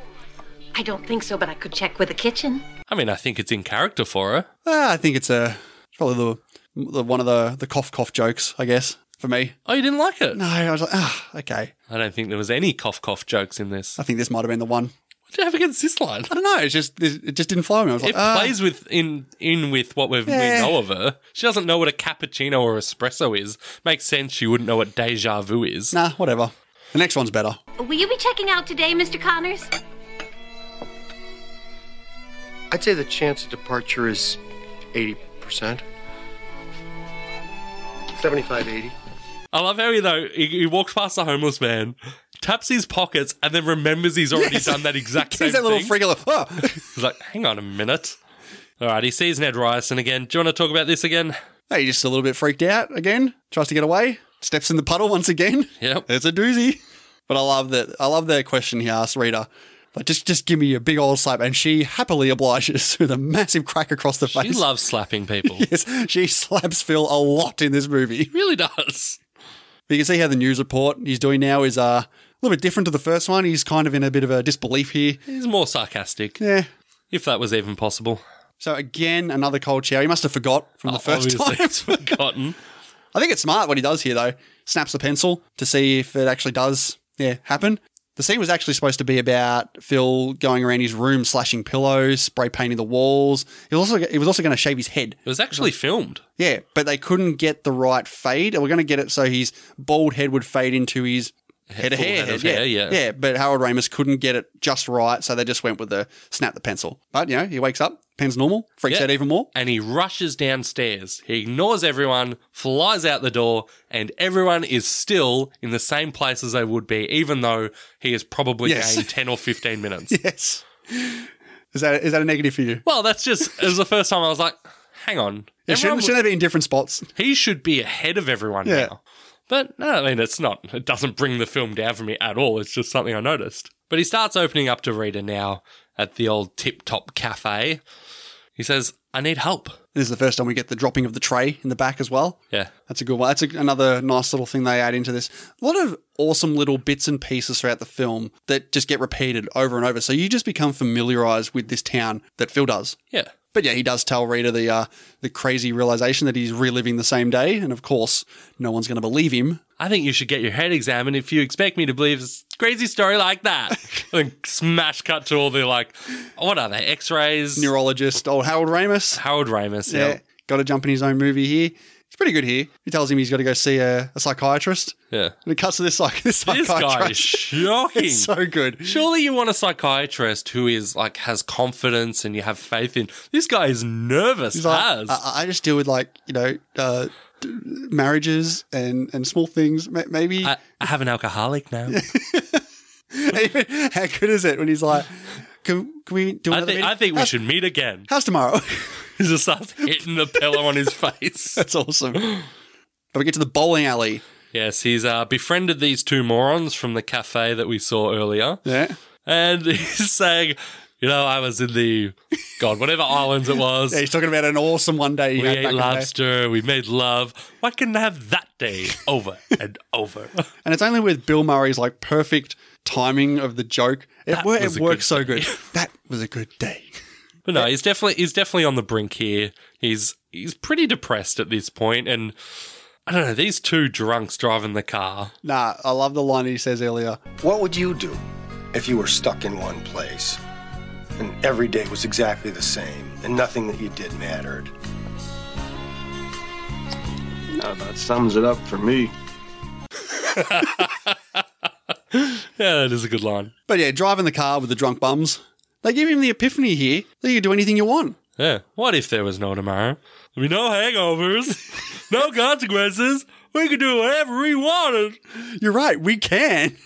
Speaker 8: I don't think so, but I could check with the kitchen.
Speaker 2: I mean, I think it's in character for her.
Speaker 1: Ah, I think it's a probably the, the one of the, the cough cough jokes, I guess, for me.
Speaker 2: Oh, you didn't like it?
Speaker 1: No, I was like, ah, okay.
Speaker 2: I don't think there was any cough cough jokes in this.
Speaker 1: I think this might have been the one.
Speaker 2: What do you have against this line?
Speaker 1: I don't know. It's just it just didn't flow. Me. I was like,
Speaker 2: It
Speaker 1: ah,
Speaker 2: plays with in in with what we've,
Speaker 1: Yeah.
Speaker 2: we know of her. She doesn't know what a cappuccino or espresso is. Makes sense. She wouldn't know what deja vu is.
Speaker 1: nah, whatever. The next one's better.
Speaker 8: Will you be checking out today, Mr. Connors?
Speaker 4: I'd say the chance of departure is 80%. 75 80.
Speaker 2: I love how he though he, he walks past the homeless man, taps his pockets, and then remembers he's already done that exact same
Speaker 1: He's that little
Speaker 2: thing.
Speaker 1: freak out, like, oh.
Speaker 2: He's like, hang on a minute. All right, he sees Ned Ryerson again. Do you want to talk about this again?
Speaker 1: Hey, he's just a little bit freaked out again. Tries to get away. Steps in the puddle once again.
Speaker 2: Yep.
Speaker 1: It's a doozy. But I love that. I love the question he asked Rita. Like, just, just give me a big old slap, and she happily obliges with a massive crack across the
Speaker 2: She
Speaker 1: face.
Speaker 2: loves slapping people.
Speaker 1: Yes, she slaps Phil a lot in this movie.
Speaker 2: Really does.
Speaker 1: But you can see how the news report he's doing now is uh, a little bit different to the first one. He's kind of in a bit of a disbelief here.
Speaker 2: He's more sarcastic,
Speaker 1: Yeah.
Speaker 2: if that was even possible.
Speaker 1: So again, another cold shower. He must have forgot from the first
Speaker 2: Uh, Obviously,
Speaker 1: time.
Speaker 2: it's forgotten.
Speaker 1: I think it's smart what he does here, though. Snaps the pencil to see if it actually does, yeah, happen. The scene was actually supposed to be about Phil going around his room, slashing pillows, spray painting the walls. He was also he was also going to shave his head.
Speaker 2: It was actually filmed.
Speaker 1: Yeah, but they couldn't get the right fade. They We're going to get it so his bald head would fade into his head of
Speaker 2: full
Speaker 1: hair.
Speaker 2: head of
Speaker 1: yeah.
Speaker 2: hair, yeah.
Speaker 1: yeah. But Harold Ramis couldn't get it just right, so they just went with the snap the pencil. But you know, he wakes up, pen's normal, freaks
Speaker 2: Yeah.
Speaker 1: out even more.
Speaker 2: And he rushes downstairs. He ignores everyone, flies out the door, and everyone is still in the same place as they would be, even though he has probably
Speaker 1: Yes.
Speaker 2: gained 10 or 15 minutes.
Speaker 1: Yes. Is that is that a negative for you?
Speaker 2: Well, that's just, it was the first time I was like, hang on.
Speaker 1: Yeah,
Speaker 2: Everyone
Speaker 1: shouldn't, shouldn't they be in different spots?
Speaker 2: he should be ahead of everyone
Speaker 1: Yeah.
Speaker 2: now. But no, I mean, it's not. It doesn't bring the film down for me at all. It's just something I noticed. But he starts opening up to Rita now at the old Tip Top Cafe. He says, I need help.
Speaker 1: This is the first time we get the dropping of the tray in the back as well.
Speaker 2: Yeah.
Speaker 1: That's a good one. That's a, another nice little thing they add into this. A lot of awesome little bits and pieces throughout the film that just get repeated over and over. So you just become familiarized with this town that Phil does.
Speaker 2: Yeah.
Speaker 1: But yeah, he does tell Rita the uh, the crazy realization that he's reliving the same day, and of course, no one's going to believe him.
Speaker 2: I think you should get your head examined if you expect me to believe a s- crazy story like that. and then smash cut to all the like, what are they? X rays?
Speaker 1: Neurologist, old Harold Ramis.
Speaker 2: Harold Ramis.
Speaker 1: Yeah,
Speaker 2: Yeah.
Speaker 1: got to jump in his own movie here. It's pretty good here. He tells him he's got to go see a, a psychiatrist.
Speaker 2: Yeah.
Speaker 1: And it cuts to this like this
Speaker 2: This guy is
Speaker 1: psychiatrist.
Speaker 2: shocking.
Speaker 1: It's so good.
Speaker 2: Surely you want a psychiatrist who is like has confidence and you have faith in. This guy is nervous
Speaker 1: He's like, uh,
Speaker 2: as.
Speaker 1: I, I just deal with like you know uh, d- marriages and and small things. Ma- Maybe
Speaker 2: I, I have an alcoholic now.
Speaker 1: how good is it when he's like, can, can we do
Speaker 2: I
Speaker 1: another?
Speaker 2: think
Speaker 1: meeting?
Speaker 2: I think we
Speaker 1: How's-
Speaker 2: should meet again.
Speaker 1: How's tomorrow?
Speaker 2: He just starts hitting the pillow on his face.
Speaker 1: That's awesome. But we get to the bowling alley.
Speaker 2: Yes, he's uh, befriended these two morons from the cafe that we saw earlier,
Speaker 1: Yeah,
Speaker 2: and he's saying, "You know, I was in the God, whatever islands it was.
Speaker 1: yeah he's talking about an awesome one day. he
Speaker 2: we
Speaker 1: had back
Speaker 2: ate
Speaker 1: in the day.
Speaker 2: lobster. We made love. Why couldn't I have that day over and over?"
Speaker 1: and it's only with Bill Murray's like perfect timing of the joke. It,
Speaker 2: That
Speaker 1: wor-
Speaker 2: was
Speaker 1: it
Speaker 2: a
Speaker 1: worked
Speaker 2: good
Speaker 1: so good. that was a good day.
Speaker 2: But no, he's definitely he's definitely on the brink here. He's he's pretty depressed at this point, and I don't know these two drunks driving the car.
Speaker 1: Nah, I love the line he says earlier.
Speaker 4: What would you do if you were stuck in one place and every day was exactly the same and nothing that you did mattered?
Speaker 10: That sums it up for me.
Speaker 2: Yeah, that is a good line.
Speaker 1: But yeah, driving the car with the drunk bums. They give him the epiphany here that you can do anything you want.
Speaker 2: Yeah. What if there was no tomorrow? There'd be no hangovers, no consequences. We could do whatever we wanted.
Speaker 1: You're right, we can.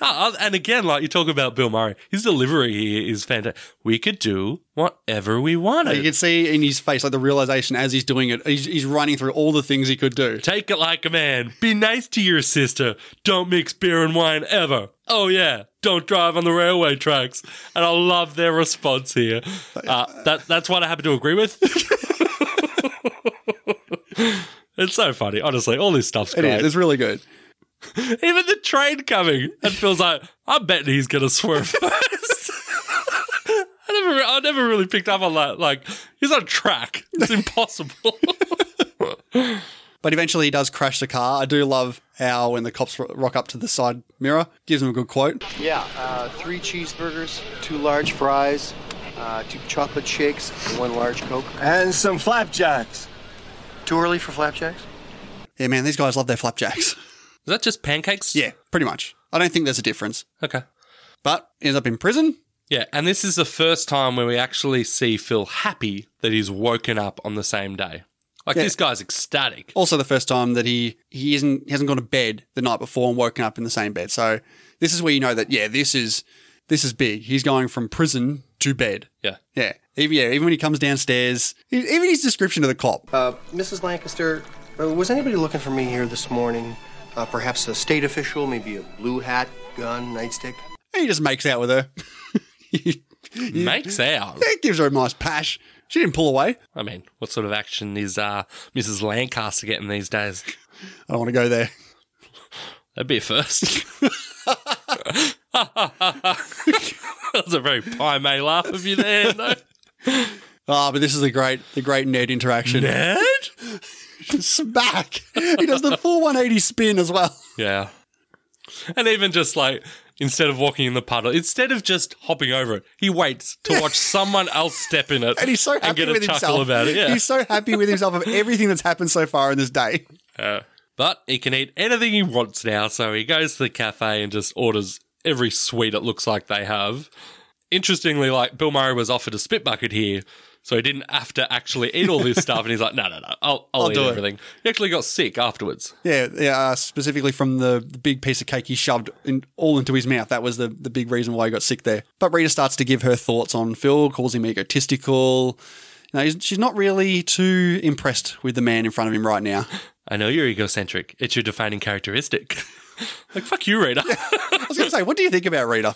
Speaker 2: Ah, ah, and again, like you talk about Bill Murray, his delivery here is fantastic. We could do whatever we
Speaker 1: You
Speaker 2: wanted.
Speaker 1: can see in his face like the realization as he's doing it. He's, he's running through all the things he could do.
Speaker 2: Take it like a man. Be nice to your sister. Don't mix beer and wine ever. Oh, yeah. Don't drive on the railway tracks. And I love their response here. Uh, that, that's what I happen to agree with. it's so funny. Honestly, all this stuff's
Speaker 1: It
Speaker 2: great.
Speaker 1: is. It's really good.
Speaker 2: Even the train coming. And Phil's like, I'm betting he's going to swerve first. I never, I never really picked up on that. Like, he's on track. It's impossible.
Speaker 1: But eventually he does crash the car. I do love how when the cops ro- rock up to the side mirror, gives him a good quote.
Speaker 10: Yeah, uh, three cheeseburgers, two large fries, uh, two chocolate shakes, and one large Coke.
Speaker 4: And some flapjacks.
Speaker 10: Too early for flapjacks?
Speaker 1: Yeah, man, these guys love their flapjacks.
Speaker 2: Is that just pancakes?
Speaker 1: Yeah, pretty much. I don't think there's a difference.
Speaker 2: Okay.
Speaker 1: But ends up in prison.
Speaker 2: Yeah, and this is the first time where we actually see Phil happy that he's woken up on the same day. Like,
Speaker 1: Yeah.
Speaker 2: this guy's ecstatic.
Speaker 1: Also, the first time that he he isn't he hasn't gone to bed the night before and woken up in the same bed. So this is where you know that yeah, this is this is big. He's going from prison to bed.
Speaker 2: Yeah.
Speaker 1: Yeah, even, yeah, even when he comes downstairs, e- even his description to the cop.
Speaker 10: Uh, Mrs. Lancaster, uh, was anybody looking for me here this morning? Uh, perhaps a state official, maybe a blue hat, gun, nightstick?
Speaker 1: And he just makes out with her. he
Speaker 2: Makes out.
Speaker 1: gives her a nice pash. She didn't pull away.
Speaker 2: I mean, what sort of action is uh, Mrs. Lancaster getting these days?
Speaker 1: I don't want to go there.
Speaker 2: That'd be a first. That's a very pie may laugh of you there. No?
Speaker 1: Ah, but this is the great the great nerd interaction.
Speaker 2: Ned?
Speaker 1: Smack. He does the full 180 spin as well.
Speaker 2: Yeah. And even just like instead of walking in the puddle, instead of just hopping over it, he waits to watch someone else step in it
Speaker 1: And he's so happy
Speaker 2: and get
Speaker 1: with
Speaker 2: a chuckle
Speaker 1: himself.
Speaker 2: about it. Yeah.
Speaker 1: He's so happy with himself of everything that's happened so far in this day.
Speaker 2: Uh, but he can eat anything he wants now, so he goes to the cafe and just orders every sweet it looks like they have. Interestingly, like Bill Murray was offered a spit bucket here, so he didn't have to actually eat all this stuff. And he's like, no, no, no, I'll, I'll,
Speaker 1: I'll
Speaker 2: eat
Speaker 1: do it."
Speaker 2: everything. He actually got sick afterwards.
Speaker 1: Yeah, yeah uh, specifically from the, the big piece of cake he shoved in, all into his mouth. That was the, the big reason why he got sick there. But Rita starts to give her thoughts on Phil, calls him egotistical. You know, he's- she's not really too impressed with the man in front of him right now.
Speaker 2: I know you're egocentric. It's your defining characteristic. like, fuck you, Rita.
Speaker 1: I was going to say, what do you think about Rita?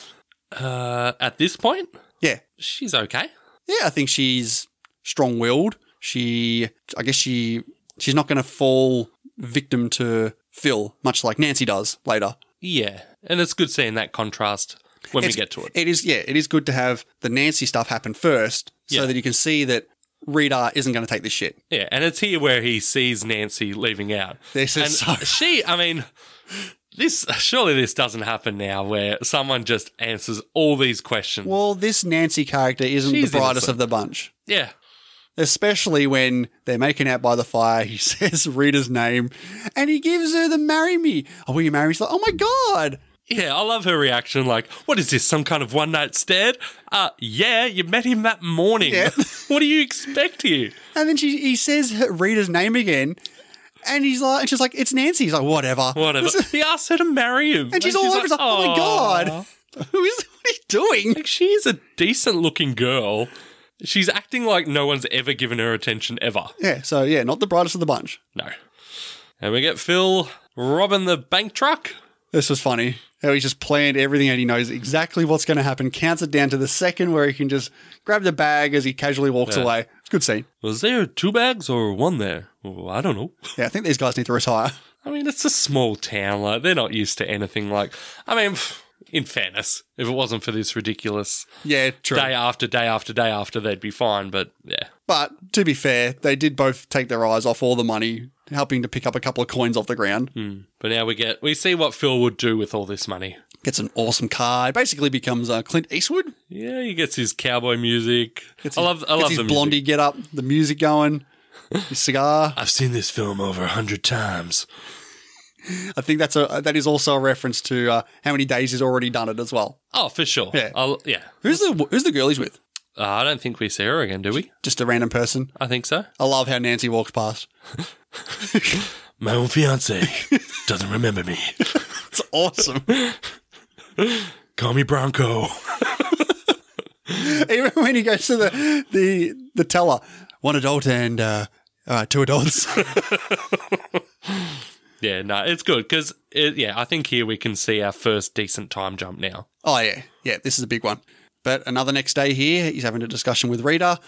Speaker 2: uh, at this point,
Speaker 1: Yeah,
Speaker 2: she's okay.
Speaker 1: yeah, I think she's strong willed. She, I guess she, she's not going to fall victim to Phil, much like Nancy does later.
Speaker 2: Yeah. And it's good seeing that contrast when
Speaker 1: It's-
Speaker 2: we get to it.
Speaker 1: It is, yeah, it is good to have the Nancy stuff happen first so
Speaker 2: Yeah.
Speaker 1: that you can see that Rita isn't going to take this shit.
Speaker 2: Yeah, and it's here where he sees Nancy leaving out.
Speaker 1: This is
Speaker 2: and
Speaker 1: so-
Speaker 2: she. I mean, this surely this doesn't happen now, where someone just answers all these questions.
Speaker 1: Well, this Nancy character isn't
Speaker 2: She's
Speaker 1: the brightest
Speaker 2: innocent.
Speaker 1: of the bunch.
Speaker 2: yeah,
Speaker 1: Especially when they're making out by the fire, he says Rita's name and he gives her the marry me. Oh, will you marry me? She's like, oh my God.
Speaker 2: yeah, I love her reaction. Like, what is this? Some kind of one night stand? Uh, yeah, you met him that morning.
Speaker 1: Yeah.
Speaker 2: what do you expect here?
Speaker 1: And then she he says her, Rita's name again, and he's like, and she's like, it's Nancy. He's like, whatever,
Speaker 2: Whatever. he asked her to marry him,
Speaker 1: And she's all over.
Speaker 2: like,
Speaker 1: Like, oh my
Speaker 2: "Aw."
Speaker 1: god, who is what are you doing?
Speaker 2: Like, she is a decent looking girl. She's acting like no one's ever given her attention ever.
Speaker 1: Yeah, so yeah, not the brightest of the bunch.
Speaker 2: No. And we get Phil robbing the bank truck.
Speaker 1: This was funny. How he's just planned everything and he knows exactly what's going to happen. Counts it down to the second where he can just grab the bag as he casually walks
Speaker 2: Yeah.
Speaker 1: away. It's a good scene.
Speaker 2: Was there two bags or one there? Well, I don't know.
Speaker 1: Yeah, I think these guys need to retire.
Speaker 2: I mean, it's a small town. Like, they're not used to anything like. I mean, pff, In fairness, if it wasn't for this ridiculous
Speaker 1: Yeah, true.
Speaker 2: day after day after day after, they'd be fine. But yeah,
Speaker 1: But to be fair, they did both take their eyes off all the money, helping to pick up a couple of coins off the ground.
Speaker 2: Hmm. but now we get we see what Phil would do with all this money.
Speaker 1: Gets an awesome car. He basically becomes uh, Clint Eastwood.
Speaker 2: Yeah, he gets his cowboy music.
Speaker 1: Gets
Speaker 2: I
Speaker 1: his-
Speaker 2: love I
Speaker 1: gets
Speaker 2: love
Speaker 1: his
Speaker 2: the music.
Speaker 1: blondie get up, the music going, his cigar.
Speaker 2: I've seen this film over a hundred times.
Speaker 1: I think that's a that is also a reference to uh, how many days he's already done it as well.
Speaker 2: Oh, for sure.
Speaker 1: Yeah.
Speaker 2: I'll, yeah.
Speaker 1: Who's the who's the girl he's with?
Speaker 2: Uh, I don't think we see her again, do we?
Speaker 1: Just a random person.
Speaker 2: I think so.
Speaker 1: I love how Nancy walks past.
Speaker 2: My own fiance doesn't remember me.
Speaker 1: It's awesome.
Speaker 2: Call me Bronco.
Speaker 1: Even when he goes to the the the teller, one adult and uh, uh, two adults.
Speaker 2: Yeah, no, it's good because it, yeah, I think here we can see our first decent time jump now.
Speaker 1: Oh yeah, yeah. This is a big one. But another next day here, he's having a discussion with Rita.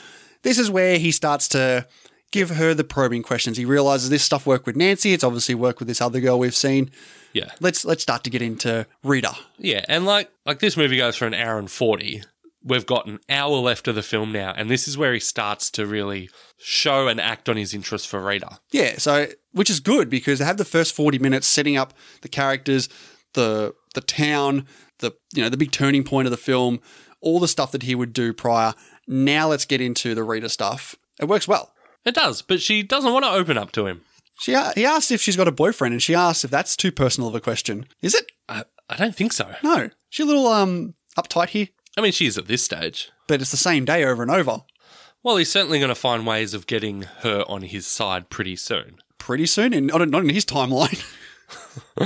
Speaker 1: This is where he starts to give her the probing questions. He realizes this stuff worked with Nancy. It's obviously worked with this other girl we've seen.
Speaker 2: Yeah,
Speaker 1: Let's let's start to get into Rita.
Speaker 2: yeah, and like like this movie goes for an hour and forty. We've got an hour left of the film now, and this is where he starts to really show and act on his interest for Rita.
Speaker 1: Yeah, so which is good because they have the first forty minutes setting up the characters, the the town, the you know the big turning point of the film, all the stuff that he would do prior. Now let's get into the Rita stuff. It works well.
Speaker 2: It does, but she doesn't want to open up to him.
Speaker 1: She he asked if she's got a boyfriend, and she asked if that's too personal of a question. Is it?
Speaker 2: I, I don't think so.
Speaker 1: No, she's a little um uptight here,
Speaker 2: I mean, she is at this stage.
Speaker 1: but it's the same day over and over.
Speaker 2: Well, he's certainly going to find ways of getting her on his side pretty soon.
Speaker 1: Pretty soon, and not, not in his timeline.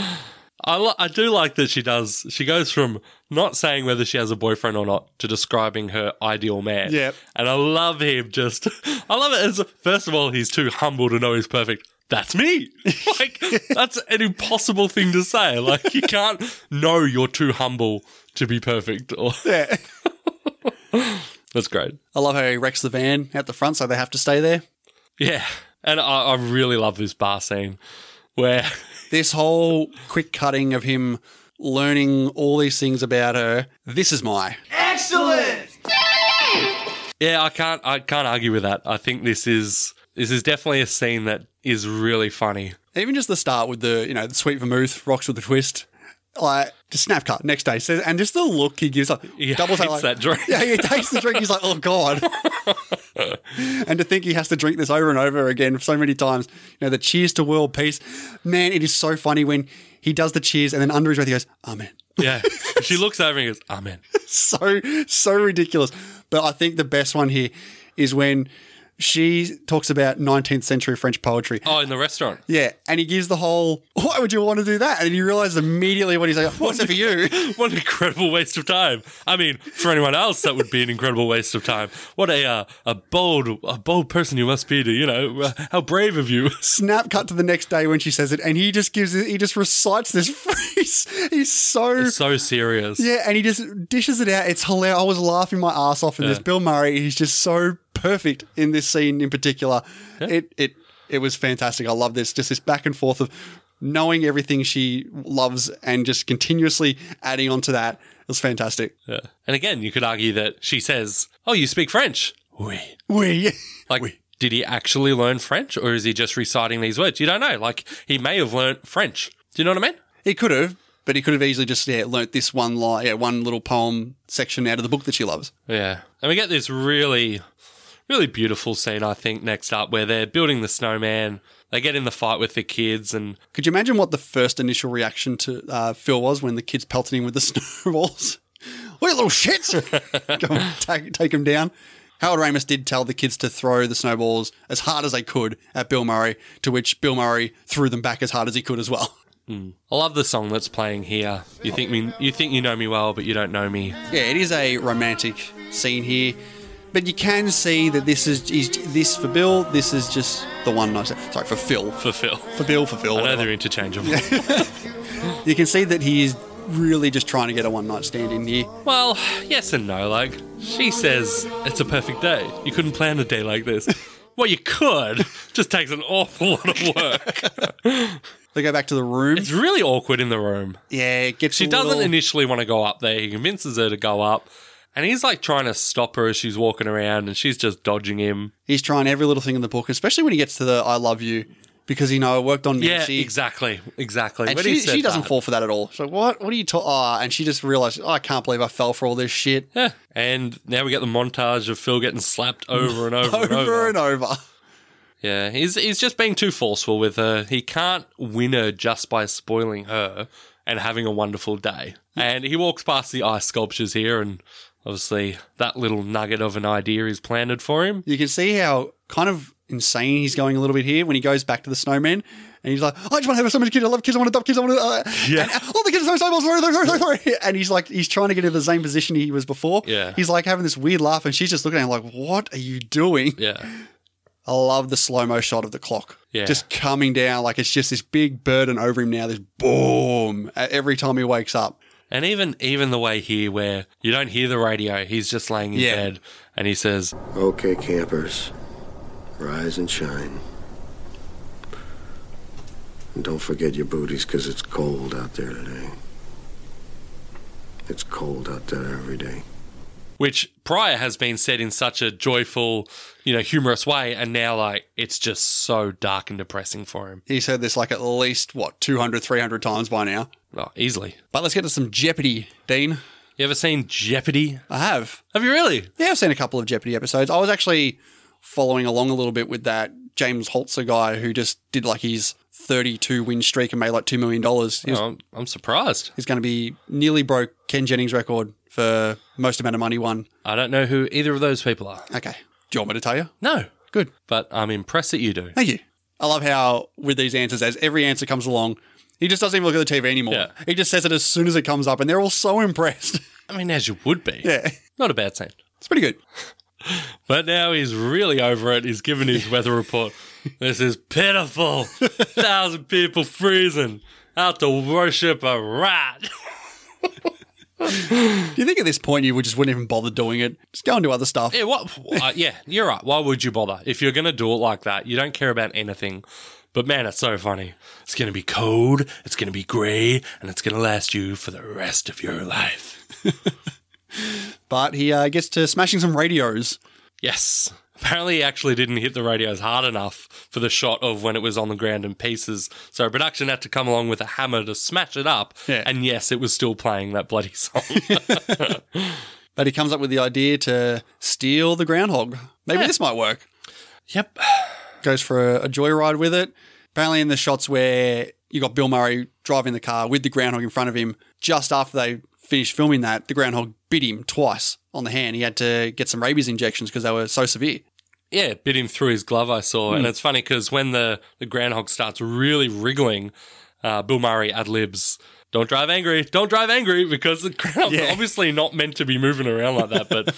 Speaker 2: I, li- I do like that she does. She goes from not saying whether she has a boyfriend or not to describing her ideal man.
Speaker 1: Yep.
Speaker 2: And I love him just. I love it. As, first of all, he's too humble to know he's perfect. That's me. Like, that's an impossible thing to say. Like, you can't know you're too humble to be perfect. Or,
Speaker 1: yeah,
Speaker 2: that's great.
Speaker 1: I love how he wrecks the van out the front, so they have to stay there.
Speaker 2: Yeah. And I, I really love this bar scene where.
Speaker 1: this whole quick cutting of him learning all these things about her. This is my.
Speaker 2: Yeah, I can't I can't argue with that. I think this is this is definitely a scene that is really funny.
Speaker 1: Even just the start with the, you know, the sweet vermouth, rocks with a twist. Like, just snap cut next day. So, and just the look he gives, like,
Speaker 2: He
Speaker 1: double take, like,
Speaker 2: hates that drink.
Speaker 1: Yeah, he takes the drink. He's like, oh, God. and to think he has to drink this over and over again so many times. You know, the cheers to world peace. Man, it is so funny when he does the cheers and then under his breath he goes, "Oh, Amen.
Speaker 2: Yeah. she looks over and goes, Amen.
Speaker 1: so so ridiculous. But I think the best one here is when she talks about 19th century French poetry.
Speaker 2: Oh, in the restaurant.
Speaker 1: Yeah, and he gives the whole, why would you want to do that? And you realize immediately what he's like, what's it for you?
Speaker 2: What an incredible waste of time. I mean, for anyone else that would be an incredible waste of time. What a uh, a bold a bold person you must be to, you know, uh, how brave of you.
Speaker 1: Snap cut to the next day when she says it, and he just gives it, he just recites this phrase. He's so.
Speaker 2: so serious.
Speaker 1: Yeah, and he just dishes it out. It's hilarious. I was laughing my ass off in this. Bill Murray, he's just so perfect in this scene in particular. It it it was fantastic. I love this. Just this back and forth of knowing everything she loves and just continuously adding on to that. It was fantastic.
Speaker 2: Yeah. And again, you could argue that she says, "Oh, you speak French." Oui.
Speaker 1: We
Speaker 2: Like, did he actually learn French or is he just reciting these words? You don't know. Like, he may have learnt French. Do you know what I mean?
Speaker 1: he could have, but he could have easily just yeah, learnt this one line, yeah, one little poem section out of the book that she loves.
Speaker 2: Yeah. And we get this really, really beautiful scene, I think, next up where they're building the snowman. They get in the fight with the kids and
Speaker 1: Could you imagine what the first initial reaction to uh, Phil was when the kids pelted him with the snowballs? what you little shits! Go and take, take him down. Howard Ramus did tell the kids to throw the snowballs as hard as they could at Bill Murray, to which Bill Murray threw them back as hard as he could as well.
Speaker 2: I love the song that's playing here. You think me you think you know me well, but you don't know me.
Speaker 1: Yeah, it is a romantic scene here, but you can see that this is, is this for Bill. This is just the one night. stand- Sorry, for Phil. For,
Speaker 2: For Phil.
Speaker 1: for Bill, for Phil.
Speaker 2: I know
Speaker 1: whatever.
Speaker 2: they're interchangeable.
Speaker 1: You can see that he is really just trying to get a one night stand in here.
Speaker 2: Well, yes and no. Like, she says it's a perfect day. You couldn't plan a day like this. well, you could. Just takes an awful lot of work.
Speaker 1: They go back to the room.
Speaker 2: It's really awkward in the room.
Speaker 1: yeah, it gets
Speaker 2: She
Speaker 1: a
Speaker 2: doesn't
Speaker 1: little-
Speaker 2: initially want to go up there. He convinces her to go up, and he's like trying to stop her as she's walking around, and she's just dodging him.
Speaker 1: He's trying every little thing in the book, especially when he gets to the "I love you," because you know I worked on
Speaker 2: Yeah,
Speaker 1: Nancy.
Speaker 2: exactly, exactly.
Speaker 1: And
Speaker 2: When he
Speaker 1: she,
Speaker 2: said
Speaker 1: she doesn't
Speaker 2: that-
Speaker 1: fall for that at all. She's like, "What? What are you talking?" Oh, and she just realizes, oh, "I can't believe I fell for all this shit."
Speaker 2: Yeah. And now we get the montage of Phil getting slapped over and over, and
Speaker 1: over
Speaker 2: over.
Speaker 1: and over.
Speaker 2: Yeah, he's he's just being too forceful with her. He can't win her just by spoiling her and having a wonderful day. And he walks past the ice sculptures here, and obviously that little nugget of an idea is planted for him.
Speaker 1: You can see how kind of insane he's going a little bit here when he goes back to the snowman and he's like, I just want to have so much kids. I love kids. I want to adopt kids. I want to. Uh,
Speaker 2: Yeah.
Speaker 1: And, uh, all the kids are so sorry, sorry, sorry, sorry, sorry. And he's like, he's trying to get into the same position he was before.
Speaker 2: Yeah.
Speaker 1: He's like having this weird laugh and she's just looking at him like, what are you doing?
Speaker 2: Yeah,
Speaker 1: I love the slow mo shot of the clock.
Speaker 2: Yeah.
Speaker 1: Just coming down. Like it's just this big burden over him now, this boom uh, every time he wakes up.
Speaker 2: and even even the way here where you don't hear the radio, he's just laying in
Speaker 1: Yeah.
Speaker 2: bed, and he says,
Speaker 4: Okay, campers, rise and shine. And don't forget your booties, 'cause it's cold out there today. It's cold out there every day.
Speaker 2: which prior has been said in such a joyful, you know, humorous way, and now like it's just so dark and depressing for him.
Speaker 1: He's heard this like at least, what, 200, 300 times by now.
Speaker 2: Oh, easily.
Speaker 1: But let's get to some Jeopardy, Dean.
Speaker 2: You ever seen Jeopardy?
Speaker 1: I have.
Speaker 2: Have you really?
Speaker 1: Yeah, I've seen a couple of Jeopardy episodes. I was actually following along a little bit with that James Holzer guy who just did like his 32 win streak and made like $2 million. He was,
Speaker 2: Oh, I'm, I'm surprised.
Speaker 1: He's going to be nearly broke Ken Jennings' record for most amount of money won.
Speaker 2: I don't know who either of those people are.
Speaker 1: Okay. Do you want me to tell you?
Speaker 2: No,
Speaker 1: Good.
Speaker 2: but I'm impressed that you do.
Speaker 1: Thank you. I love how with these answers, as every answer comes along, he just doesn't even look at the TV anymore.
Speaker 2: Yeah.
Speaker 1: He just says it as soon as it comes up, and they're all so impressed.
Speaker 2: I mean, as you would be.
Speaker 1: yeah.
Speaker 2: Not a bad thing.
Speaker 1: It's pretty good.
Speaker 2: But now he's really over it. He's given his weather report. This is pitiful. Thousand people freezing. Out to worship a rat.
Speaker 1: Do you think at this point you would just wouldn't even bother doing it? Just go and do other stuff.
Speaker 2: Yeah, what? Uh, yeah, you're right. Why would you bother? If you're going to do it like that, you don't care about anything. But man, it's so funny. It's going to be cold, it's going to be grey, and it's going to last you for the rest of your life.
Speaker 1: But he uh, gets to smashing some radios.
Speaker 2: Yes. Apparently, he actually didn't hit the radios hard enough for the shot of when it was on the ground in pieces. So production had to come along with a hammer to smash it up.
Speaker 1: Yeah.
Speaker 2: And yes, it was still playing that bloody song.
Speaker 1: But he comes up with the idea to steal the groundhog. Maybe this might work.
Speaker 2: yep.
Speaker 1: Goes for a, a joyride with it. Apparently, in the shots where you got Bill Murray driving the car with the groundhog in front of him, just after they finished filming that, the groundhog bit him twice on the hand. He had to get some rabies injections because they were so severe.
Speaker 2: Yeah, it bit him through his glove, I saw.
Speaker 1: Hmm.
Speaker 2: And it's funny because when the, the groundhog starts really wriggling, uh, Bill Murray ad libs, Don't drive angry, don't drive angry, because the groundhog's
Speaker 1: Yeah.
Speaker 2: obviously not meant to be moving around like that. But,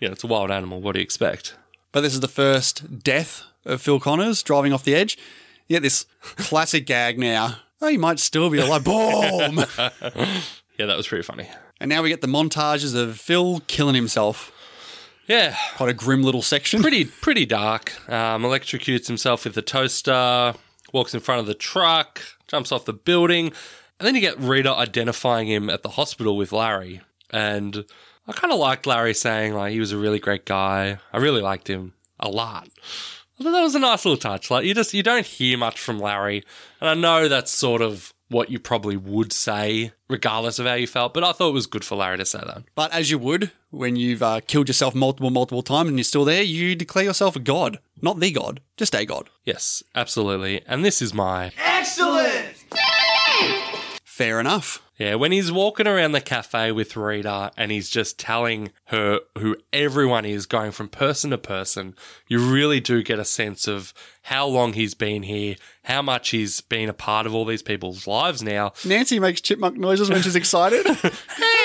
Speaker 2: you know, it's a wild animal. What do you expect?
Speaker 1: But this is the first death of Phil Connors driving off the edge. You get this classic gag now. Oh, he might still be alive. Boom!
Speaker 2: Yeah, that was pretty funny.
Speaker 1: and now we get the montages of Phil killing himself.
Speaker 2: Yeah,
Speaker 1: Quite a grim little section.
Speaker 2: pretty pretty dark. Um, electrocutes himself with the toaster, walks in front of the truck, jumps off the building, and then you get Rita identifying him at the hospital with Larry. And I kind of liked Larry saying like he was a really great guy. I really liked him a lot. I thought that was a nice little touch. Like you just you don't hear much from Larry, and I know that's sort of what you probably would say regardless of how you felt. But I thought it was good for Larry to say that.
Speaker 1: But as you would when you've uh, killed yourself multiple, multiple times and you're still there, you declare yourself a god. Not the god, just a god.
Speaker 2: Yes, absolutely. And this is my
Speaker 1: Fair enough.
Speaker 2: Yeah, when he's walking around the cafe with Rita and he's just telling her who everyone is going from person to person, you really do get a sense of how long he's been here, how much he's been a part of all these people's lives now.
Speaker 1: Nancy makes chipmunk noises when she's excited.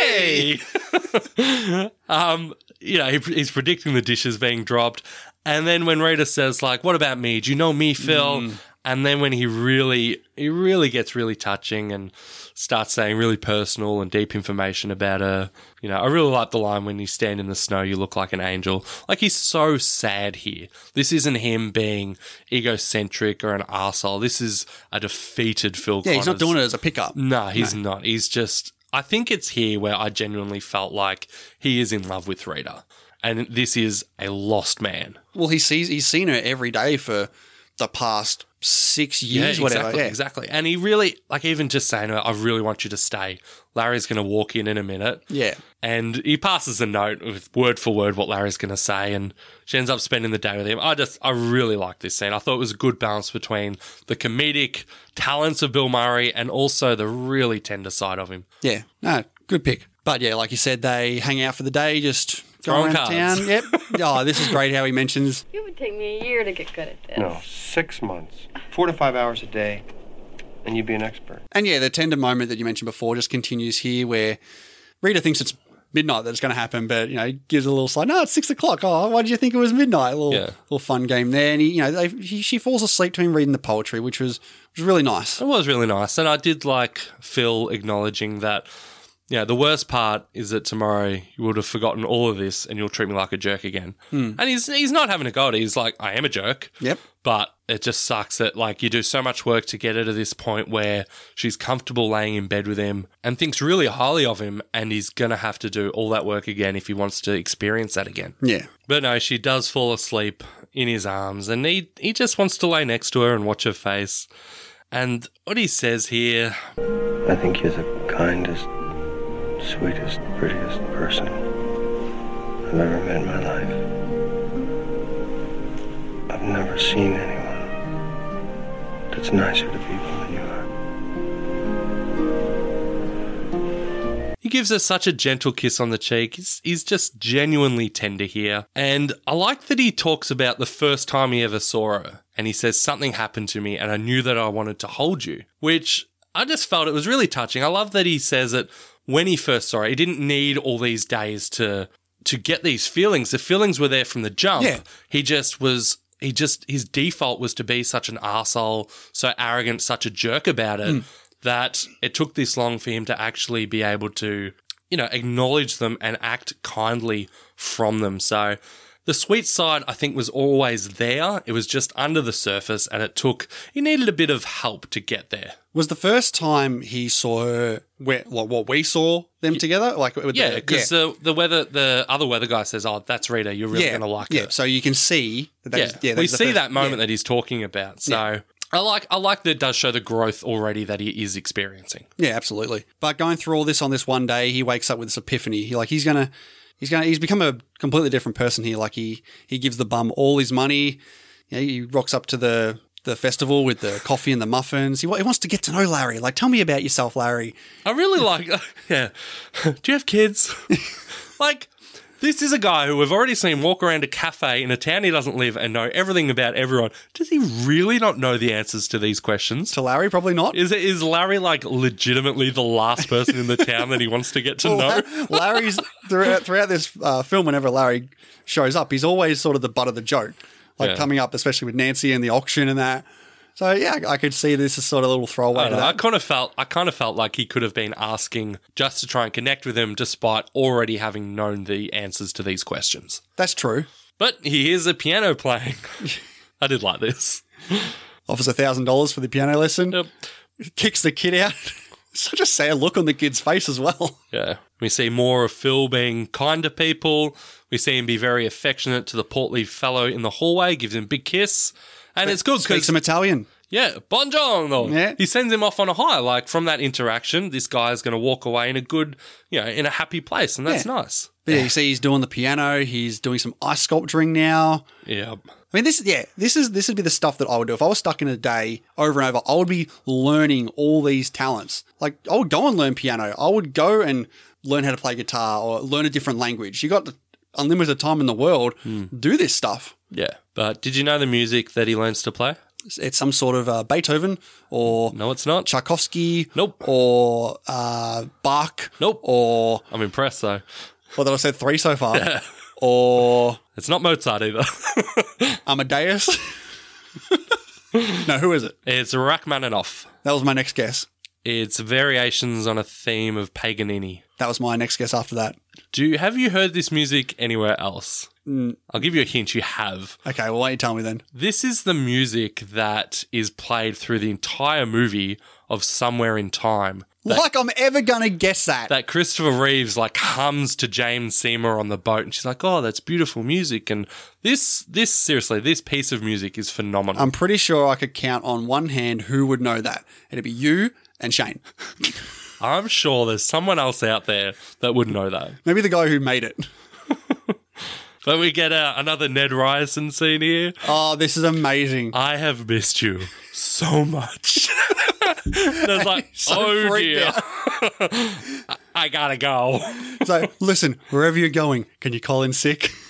Speaker 2: Hey! um, you know, he, he's predicting the dishes being dropped. And then when Rita says, like, what about
Speaker 1: Mm.
Speaker 2: me? Do you know me, Phil? And then when he really, he really gets really touching and starts saying really personal and deep information about her. You know, I really like the line when you stand in the snow, you look like an angel. Like he's so sad here. This isn't him being egocentric or an arsehole. This is a defeated Phil.
Speaker 1: Yeah, he's not
Speaker 2: Connors.
Speaker 1: doing it as a pickup.
Speaker 2: No, he's not. He's just. I think it's here where I genuinely felt like he is in love with Rita, and this is a lost man.
Speaker 1: Well, he sees he's seen her every day for the past six years,
Speaker 2: exactly,
Speaker 1: whatever. yeah.
Speaker 2: exactly. And he really, like, even just saying, "I really want you to stay." Larry's going to walk in in a minute.
Speaker 1: Yeah.
Speaker 2: and he passes a note with word for word what Larry's going to say, and she ends up spending the day with him. I just, I really like this scene. I thought it was a good balance between the comedic talents of Bill Murray and also the really tender side of him.
Speaker 1: Yeah, no, good pick. But yeah, like you said, they hang out for the day, just go
Speaker 2: Throwing
Speaker 1: around
Speaker 2: cards.
Speaker 1: town. Yep. oh, this is great how he mentions.
Speaker 6: It would take me a year to get good at this.
Speaker 10: No, six months. Four to five hours a day, and you'd be an expert.
Speaker 1: And yeah, the tender moment that you mentioned before just continues here where Rita thinks it's midnight that it's going to happen, but, you know, he gives a little sign, no, it's six o'clock. Oh, why did you think it was midnight? A little,
Speaker 2: Yeah.
Speaker 1: little fun game there. And, he, you know, they, he, she falls asleep to him reading the poetry, which was, which was really nice.
Speaker 2: It was really nice. And I did like Phil acknowledging that, you know, the worst part is that tomorrow you would have forgotten all of this and you'll treat me like a jerk again. And he's he's not having a go at it. He's like, I am a jerk.
Speaker 1: Yep.
Speaker 2: But it just sucks that, like, you do so much work to get her to this point where she's comfortable laying in bed with him and thinks really highly of him. And he's going to have to do all that work again if he wants to experience that again.
Speaker 1: Yeah.
Speaker 2: But no, she does fall asleep in his arms, and he, he just wants to lay next to her and watch her face. And what he says here,
Speaker 10: I think you're the kindest, sweetest, prettiest person I've ever met in my life. I've never seen anyone that's nicer to people than you are.
Speaker 2: he gives her such a gentle kiss on the cheek. He's, he's just genuinely tender here. And I like that he talks about the first time he ever saw her, and he says, Something happened to me, and I knew that I wanted to hold you, which I just felt it was really touching. I love that he says that when he first saw her, he didn't need all these days to. To get these feelings, the feelings were there from the jump.
Speaker 1: Yeah.
Speaker 2: He just was. He just his default was to be such an asshole, so arrogant, such a jerk about it that it took this long for him to actually be able to, you know, acknowledge them and act kindly from them. So. The sweet side, I think, was always there. It was just under the surface, and it took, he needed a bit of help to get there.
Speaker 1: Was the first time he saw her, where, what, what we saw them together? Like, with
Speaker 2: Yeah, uh,
Speaker 1: the,
Speaker 2: because the, the weather, the other weather guy says, Oh, that's Rita, you're really going to like
Speaker 1: yeah.
Speaker 2: her.
Speaker 1: So you can see that. that
Speaker 2: yeah,
Speaker 1: is- yeah that
Speaker 2: we
Speaker 1: is the
Speaker 2: see
Speaker 1: first-
Speaker 2: that moment
Speaker 1: yeah.
Speaker 2: that he's talking about. So I like I like that it does show the growth already that he is experiencing.
Speaker 1: Yeah, absolutely. But going through all this on this one day, he wakes up with this epiphany. He like he's gonna, he's gonna, he's become a completely different person here. Like he he gives the bum all his money. You know, he rocks up to the the festival with the coffee and the muffins. He, wa- he wants to get to know Larry. Like, tell me about yourself, Larry.
Speaker 2: I really like yeah. Do you have kids? like this is a guy who we've already seen walk around a cafe in a town he doesn't live and know everything about everyone. Does he really not know the answers to these questions?
Speaker 1: To Larry, probably not.
Speaker 2: Is is Larry like legitimately the last person in the town that he wants to get to know?
Speaker 1: Well, La- Larry's throughout, throughout this uh, film. Whenever Larry shows up, he's always sort of the butt of the joke, like
Speaker 2: Yeah.
Speaker 1: coming up, especially with Nancy and the auction and that. So yeah, I- I could see this as sort of a little throwaway
Speaker 2: I,
Speaker 1: to
Speaker 2: don't know, I
Speaker 1: that.
Speaker 2: kind of felt I kind of felt like he could have been asking just to try and connect with him, despite already having known the answers to these questions.
Speaker 1: That's true.
Speaker 2: But he hears a piano playing. I did like this.
Speaker 1: Offers a thousand dollars for the piano lesson.
Speaker 2: Yep.
Speaker 1: kicks the kid out. Such a sad look on the kid's face as well.
Speaker 2: Yeah. We see more of Phil being kind to people. We see him be very affectionate to the portly fellow in the hallway, gives him a big kiss. And it's good
Speaker 1: Speaks
Speaker 2: because
Speaker 1: some Italian.
Speaker 2: Yeah, buongiorno.
Speaker 1: Yeah.
Speaker 2: He sends him off on a high. Like from that interaction, this guy is going to walk away in a good, you know, in a happy place, and that's
Speaker 1: Yeah.
Speaker 2: nice.
Speaker 1: But yeah, you see, he's doing the piano. He's doing some ice sculpturing now.
Speaker 2: Yeah.
Speaker 1: I mean, this yeah, this is this would be the stuff that I would do if I was stuck in a day over and over. I would be learning all these talents. Like I would go and learn piano. I would go and learn how to play guitar or learn a different language. You got unlimited time in the world. Do this stuff.
Speaker 2: Yeah. But did you know the music that he learns to play?
Speaker 1: It's, it's some sort of uh, Beethoven or
Speaker 2: No, it's not.
Speaker 1: Tchaikovsky.
Speaker 2: Nope.
Speaker 1: Or uh, Bach.
Speaker 2: Nope.
Speaker 1: Or
Speaker 2: I'm impressed though.
Speaker 1: Well, that I said three so far. Or
Speaker 2: It's not Mozart either.
Speaker 1: Amadeus. no, who is it?
Speaker 2: it's Rachmaninoff.
Speaker 1: That was my next guess.
Speaker 2: It's variations on a theme of Paganini.
Speaker 1: That was my next guess after that.
Speaker 2: Do you, have you heard this music anywhere else? I'll give you a hint. You have.
Speaker 1: Okay, well, why don't you tell me then?
Speaker 2: This is the music that is played through the entire movie of Somewhere in Time. That,
Speaker 1: like I'm ever gonna guess that.
Speaker 2: that Christopher Reeves like hums to James Seymour on the boat, and she's like, "Oh, that's beautiful music." And this, this seriously, this piece of music is phenomenal.
Speaker 1: I'm pretty sure I could count on one hand who would know that. It'd be you and Shane.
Speaker 2: I'm sure there's someone else out there that would know that.
Speaker 1: Maybe the guy who made it.
Speaker 2: But we get uh, another Ned Ryerson scene here.
Speaker 1: Oh, this is amazing.
Speaker 2: I have missed you so much. and I was like,
Speaker 1: so
Speaker 2: oh
Speaker 1: freaked
Speaker 2: dear. I gotta go.
Speaker 1: So listen, wherever you're going, can you call in sick?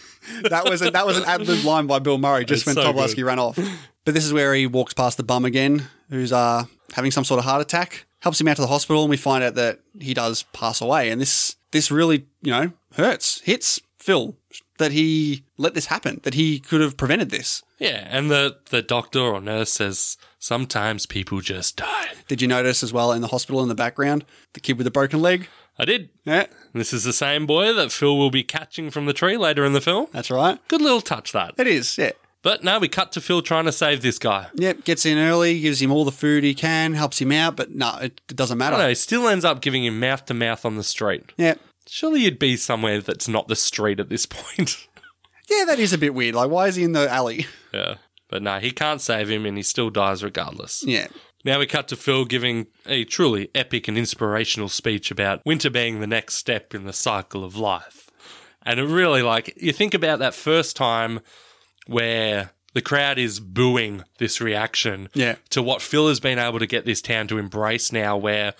Speaker 1: That was a, that was an ad lib line by Bill Murray just
Speaker 2: It's
Speaker 1: when
Speaker 2: so
Speaker 1: Tobolowsky
Speaker 2: good.
Speaker 1: ran off. But this is where he walks past the bum again, who's uh, having some sort of heart attack. Helps him out to the hospital, and we find out that he does pass away. And this this really you know hurts, hits Phil that he let this happen, that he could have prevented this.
Speaker 2: Yeah, and the, the doctor or nurse says, sometimes people just die.
Speaker 1: Did you notice as well in the hospital in the background the kid with the broken leg?
Speaker 2: I did.
Speaker 1: Yeah,
Speaker 2: This is the same boy that Phil will be catching from the tree later in the film.
Speaker 1: that's right.
Speaker 2: Good little touch, that.
Speaker 1: It is. Yeah.
Speaker 2: But now we cut to Phil trying to save this guy.
Speaker 1: Yep, gets in early, gives him all the food he can, helps him out, but no, it doesn't
Speaker 2: I don't know,
Speaker 1: matter.
Speaker 2: he still ends up giving him mouth to mouth on the street.
Speaker 1: Yeah.
Speaker 2: Surely you'd be somewhere that's not the street at this point.
Speaker 1: Yeah, that is a bit weird. Like, why is he in the alley?
Speaker 2: yeah. But no, he can't save him and he still dies regardless.
Speaker 1: Yeah.
Speaker 2: Now we cut to Phil giving a truly epic and inspirational speech about winter being the next step in the cycle of life. And it really, like, you think about that first time where the crowd is booing this reaction
Speaker 1: Yeah.
Speaker 2: to what Phil has been able to get this town to embrace now, where,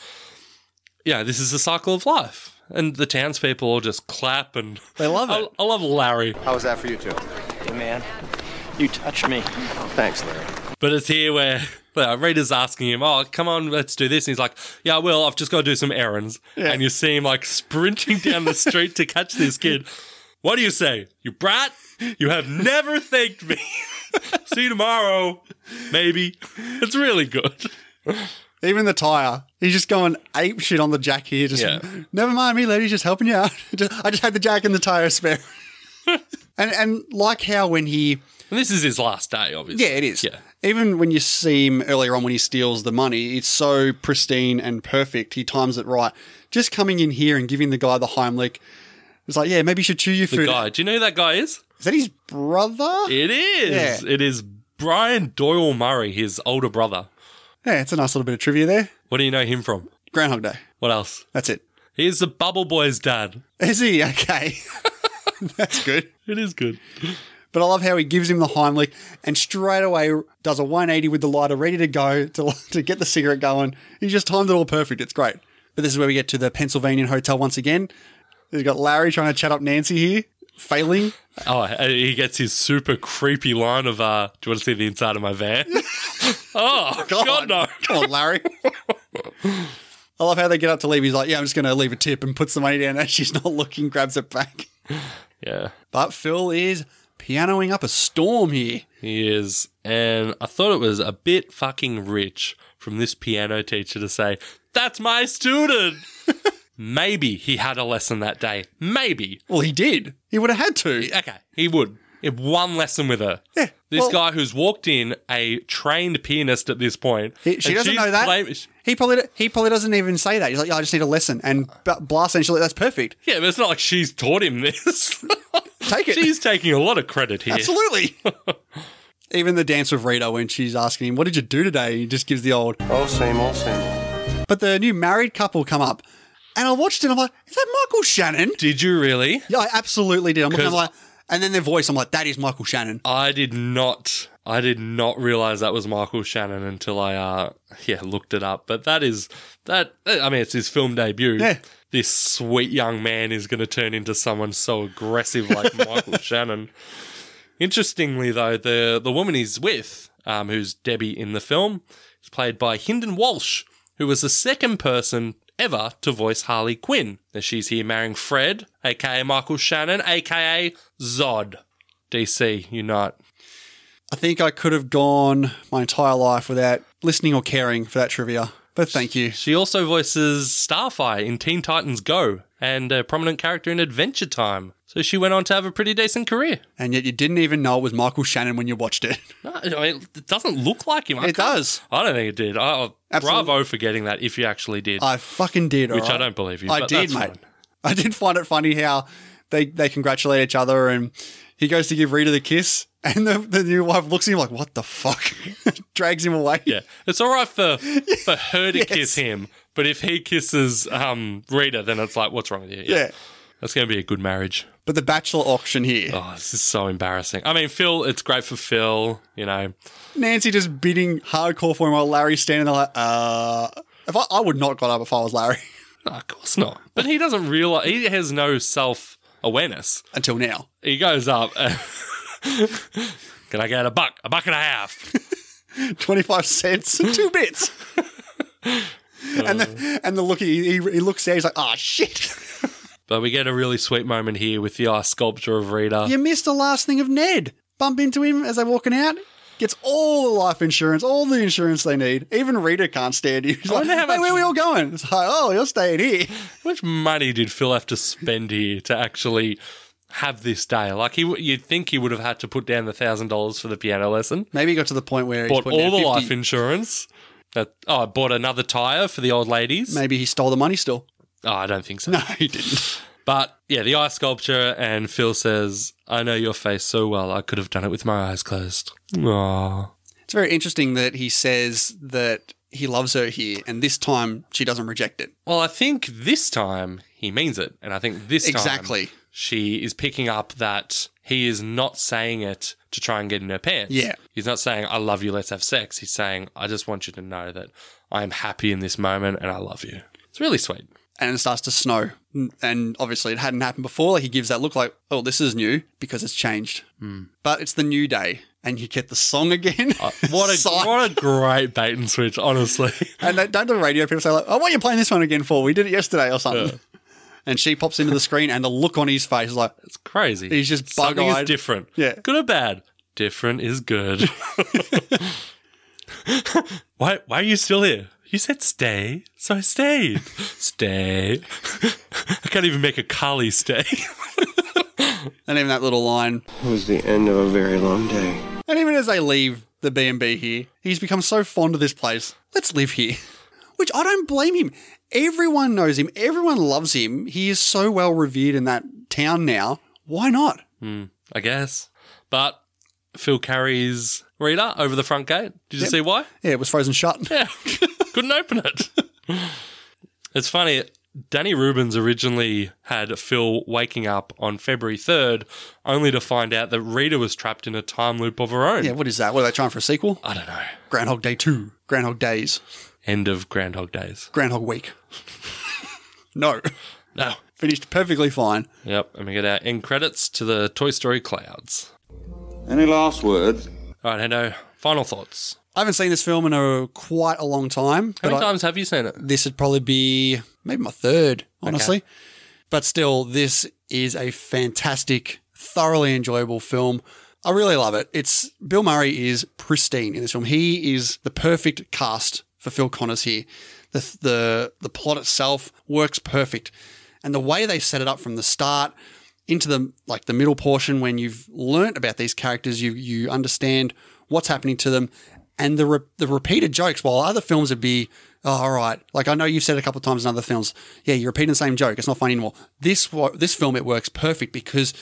Speaker 2: yeah, this is the cycle of life. And the townspeople all just clap and
Speaker 1: They love it.
Speaker 2: I, I love Larry.
Speaker 10: How was that for you too?
Speaker 7: Hey, man, you touched me.
Speaker 10: Thanks, Larry.
Speaker 2: But it's here where well, Rita's asking him, "Oh, come on, let's do this." And he's like, "Yeah, well, I've just got to do some errands." And you see him like sprinting down the street to catch this kid. What do you say, you brat? You have never thanked me. see you tomorrow, maybe. It's really good.
Speaker 1: Even the tire. He's just going ape shit on the jack here. Just
Speaker 2: Yeah.
Speaker 1: never mind me, ladies, just helping you out. Just- I just had the jack and the tire spare. and and like how when he
Speaker 2: And this is his last day, obviously.
Speaker 1: Yeah, it is.
Speaker 2: Yeah.
Speaker 1: Even when you see him earlier on when he steals the money, it's so pristine and perfect. He times it right. Just coming in here and giving the guy the Heimlich. It's like, yeah, maybe you should chew your
Speaker 2: The
Speaker 1: food.
Speaker 2: guy. Do you know who that guy is?
Speaker 1: Is that his brother?
Speaker 2: It is.
Speaker 1: Yeah.
Speaker 2: It is Brian Doyle Murray, his older brother.
Speaker 1: Yeah, it's a nice little bit of trivia there.
Speaker 2: What do you know him from?
Speaker 1: Groundhog Day.
Speaker 2: What else?
Speaker 1: That's it.
Speaker 2: He's the Bubble Boy's dad.
Speaker 1: Is he? Okay. That's good.
Speaker 2: It is good.
Speaker 1: But I love how he gives him the Heimlich and straight away does a 180 with the lighter, ready to go to, to get the cigarette going. He just timed it all perfect. It's great. But this is where we get to the Pennsylvanian hotel once again. We've got Larry trying to chat up Nancy here, failing.
Speaker 2: Oh, he gets his super creepy line of, uh, do you want to see the inside of my van? oh, God, no.
Speaker 1: Come on, Larry. I love how they get up to leave. He's like, yeah, I'm just going to leave a tip and puts the money down. And she's not looking, grabs it back.
Speaker 2: Yeah,
Speaker 1: But Phil is pianoing up a storm here.
Speaker 2: he is. And I thought it was a bit fucking rich from this piano teacher to say, that's my student. Maybe he had a lesson that day. Maybe.
Speaker 1: Well, he did. He would have had to.
Speaker 2: Okay, he would. It one lesson with her. Yeah. This
Speaker 1: well-
Speaker 2: guy who's walked in a trained pianist at this point.
Speaker 1: He- she
Speaker 2: and
Speaker 1: doesn't
Speaker 2: she's
Speaker 1: know that.
Speaker 2: blam-
Speaker 1: He probably he probably doesn't even say that. He's like, yeah, I just need a lesson and b- blast, and she's like, that's perfect.
Speaker 2: yeah, but it's not like she's taught him this.
Speaker 1: Take it.
Speaker 2: she's taking a lot of credit here.
Speaker 1: Absolutely. even the dance with Rita when she's asking him, "What did you do today?" He just gives the old.
Speaker 10: Oh, same old, same old.
Speaker 1: But the new married couple come up, and I watched it. I'm like, is that Michael Shannon?
Speaker 2: Did you really?
Speaker 1: Yeah, I absolutely did. I'm looking, I'm
Speaker 2: 'Cause-
Speaker 1: like, and then their voice. I'm like, that is Michael Shannon.
Speaker 2: I did not. I did not realize that was Michael Shannon until I, uh, yeah, looked it up. But that is that. I mean, it's his film debut.
Speaker 1: Yeah.
Speaker 2: This sweet young man is going to turn into someone so aggressive like Michael Shannon. Interestingly, though, the the woman he's with, um, who's Debbie in the film, is played by Hinden Walsh, who was the second person ever to voice Harley Quinn. Now she's here marrying Fred, aka Michael Shannon, aka Zod. DC, unite.
Speaker 1: I think I could have gone my entire life without listening or caring for that trivia. But thank you.
Speaker 2: She also voices Starfire in Teen Titans Go and a prominent character in Adventure Time. So she went on to have a pretty decent career.
Speaker 1: And yet you didn't even know it was Michael Shannon when you watched it.
Speaker 2: No, I mean, it doesn't look like him. I
Speaker 1: It
Speaker 2: can't-
Speaker 1: does.
Speaker 2: I don't think it did. Oh,
Speaker 1: Absolute-
Speaker 2: bravo for getting that if you actually did.
Speaker 1: I fucking did.
Speaker 2: Which
Speaker 1: alright?
Speaker 2: I don't believe you,
Speaker 1: I
Speaker 2: but
Speaker 1: did,
Speaker 2: that's
Speaker 1: mate.
Speaker 2: fine.
Speaker 1: I did find it funny how they they congratulate each other, and he goes to give Rita the kiss, and the, the new wife looks at him like, "What the fuck?" Drags him away.
Speaker 2: yeah, it's all right for for her to kiss him, but if he kisses um, Rita, then it's like, what's wrong with you?
Speaker 1: Yeah.
Speaker 2: that's going to be a good marriage.
Speaker 1: But the bachelor auction here,
Speaker 2: Oh, this is so embarrassing. I mean, Phil, it's great for Phil. You know,
Speaker 1: Nancy just bidding hardcore for him while Larry's standing there like, "Uh." If I, I would not got up if I was Larry
Speaker 2: no, of course not. But he doesn't realize he has no self awareness.
Speaker 1: until now.
Speaker 2: He goes up. and- Can I get a buck? A buck and a half.
Speaker 1: Twenty five cents, two bits. and
Speaker 2: Uh.
Speaker 1: the and the look he, he, he looks there, he's like, "Ah, shit."
Speaker 2: But we get a really sweet moment here with the ice sculpture of Rita.
Speaker 1: You missed the last thing of Ned. Bump into him as they're walking out. Gets all the life insurance, all the insurance they need. Even Rita can't stand you. She's like,
Speaker 2: wonder
Speaker 1: hey,
Speaker 2: how much-
Speaker 1: where are we all going? It's like, oh, you're staying here.
Speaker 2: How much money did Phil have to spend here to actually have this day? Like he, w- you'd think he would have had to put down the thousand dollars for the piano lesson,
Speaker 1: Maybe he got to the point where he's
Speaker 2: bought
Speaker 1: putting
Speaker 2: all the
Speaker 1: down 50.
Speaker 2: life insurance. That oh, I bought another tire for the old ladies.
Speaker 1: Maybe he stole the money still.
Speaker 2: Oh, I don't think so.
Speaker 1: No, he didn't.
Speaker 2: But yeah, the ice sculpture, and Phil says, "I know your face so well. I could have done it with my eyes closed." Aww.
Speaker 1: It's very interesting that he says that he loves her here, and this time she doesn't reject it.
Speaker 2: Well, I think this time he means it, and I think this time
Speaker 1: Exactly.
Speaker 2: she is picking up that he is not saying it to try and get in her pants.
Speaker 1: Yeah.
Speaker 2: he's not saying "I love you, let's have sex." He's saying, "I just want you to know that I am happy in this moment and I love you." It's really sweet.
Speaker 1: And it starts to snow. Mm. And obviously, it hadn't happened before. He gives that look like, oh, this is new because it's changed.
Speaker 2: Mm.
Speaker 1: But it's the new day. And you get the song again.
Speaker 2: Uh, What a
Speaker 1: Psych.
Speaker 2: what a great bait and switch, honestly.
Speaker 1: And they, don't the radio people say like, "Oh, what are you playing this one again for? We did it yesterday or something." And she pops into the screen, and the look on his face is like,
Speaker 2: It's crazy.
Speaker 1: He's just
Speaker 2: Something is
Speaker 1: bug-eyed.
Speaker 2: different.
Speaker 1: Yeah.
Speaker 2: good or bad, different is good. why Why are you still here? You said stay, so I stayed. stay. I can't even make a collie stay.
Speaker 1: and even that little line.
Speaker 4: It was the end of a very long day.
Speaker 1: And even as they leave the B and B here, he's become so fond of this place. Let's live here, which I don't blame him. Everyone knows him. Everyone loves him. He is so well revered in that town now. Why not?
Speaker 2: I guess, but Phil carries Rita over the front gate. Did you see why?
Speaker 1: Yeah, it was frozen shut.
Speaker 2: Yeah, couldn't open it. it's funny. Danny Rubens originally had Phil waking up on February 3rd, only to find out that Rita was trapped in a time loop of her own.
Speaker 1: Yeah, what is that? What are they trying for a sequel?
Speaker 2: I don't know.
Speaker 1: Groundhog Day Two, Groundhog Days,
Speaker 2: End of Groundhog Days.
Speaker 1: Groundhog Week. no,
Speaker 2: No.
Speaker 1: finished perfectly fine.
Speaker 2: Ah, Yep, and we get our end credits to the Toy Story clouds.
Speaker 11: Any last words?
Speaker 2: All right, Hendo, final thoughts.
Speaker 1: I haven't seen this film in a quite a long time.
Speaker 2: How
Speaker 1: but
Speaker 2: many
Speaker 1: I-
Speaker 2: times have you seen it?
Speaker 1: this would probably be maybe my third, honestly. But still, this is a fantastic, thoroughly enjoyable film. I really love it. It's Bill Murray is pristine in this film. He is the perfect cast for Phil Connors here. The the the plot itself works perfect, and the way they set it up from the start into the like the middle portion when you've learnt about these characters, you you understand what's happening to them, and the re- the repeated jokes. While other films would be, oh, all right, like I know you've said a couple of times in other films, yeah, you're repeating the same joke. It's not funny anymore. This wa- this film it works perfect because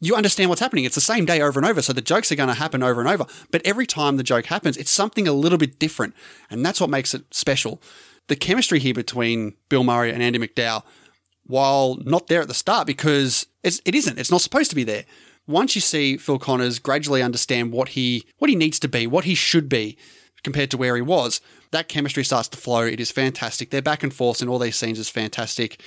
Speaker 1: you understand what's happening. It's the same day over and over, so the jokes are going to happen over and over. But every time the joke happens, it's something a little bit different, and that's what makes it special. The chemistry here between Bill Murray and Andy McDowell while not there at the start because it's, it isn't. It's not supposed to be there. Once you see Phil Connors gradually understand what he what he needs to be, what he should be compared to where he was, that chemistry starts to flow. It is fantastic. Their back and forth in all these scenes is fantastic.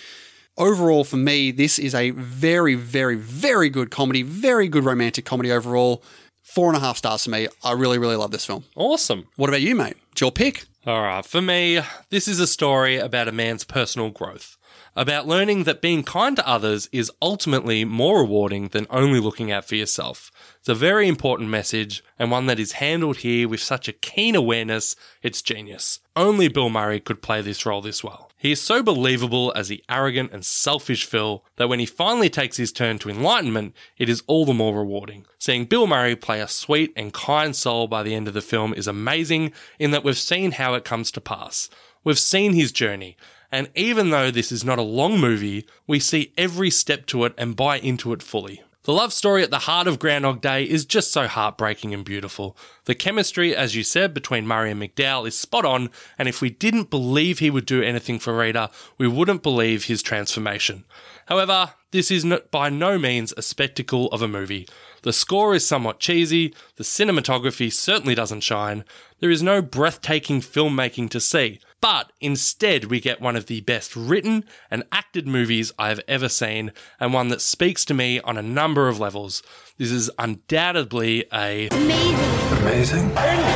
Speaker 1: Overall, for me, this is a very, very, very good comedy, very good romantic comedy overall. Four and a half stars for me. I really, really love this film.
Speaker 2: Awesome.
Speaker 1: What about you, mate? It's your pick.
Speaker 2: All right, for me, this is a story about a man's personal growth. about learning that being kind to others is ultimately more rewarding than only looking out for yourself. It's a very important message and one that is handled here with such a keen awareness, it's genius. Only Bill Murray could play this role this well. He is so believable as the arrogant and selfish Phil that when he finally takes his turn to enlightenment, it is all the more rewarding. Seeing Bill Murray play a sweet and kind soul by the end of the film is amazing in that we've seen how it comes to pass. We've seen his journey, and even though this is not a long movie, we see every step to it and buy into it fully. The love story at the heart of Groundhog Day is just so heartbreaking and beautiful. The chemistry, as you said, between Murray and McDowell is spot on, and if we didn't believe he would do anything for Rita, we wouldn't believe his transformation. However, this is no- by no means a spectacle of a movie. The score is somewhat cheesy, the cinematography certainly doesn't shine, there is no breathtaking filmmaking to see, but instead we get one of the best written and acted movies I have ever seen, and one that speaks to me on a number of levels. This is undoubtedly a
Speaker 12: Amazing.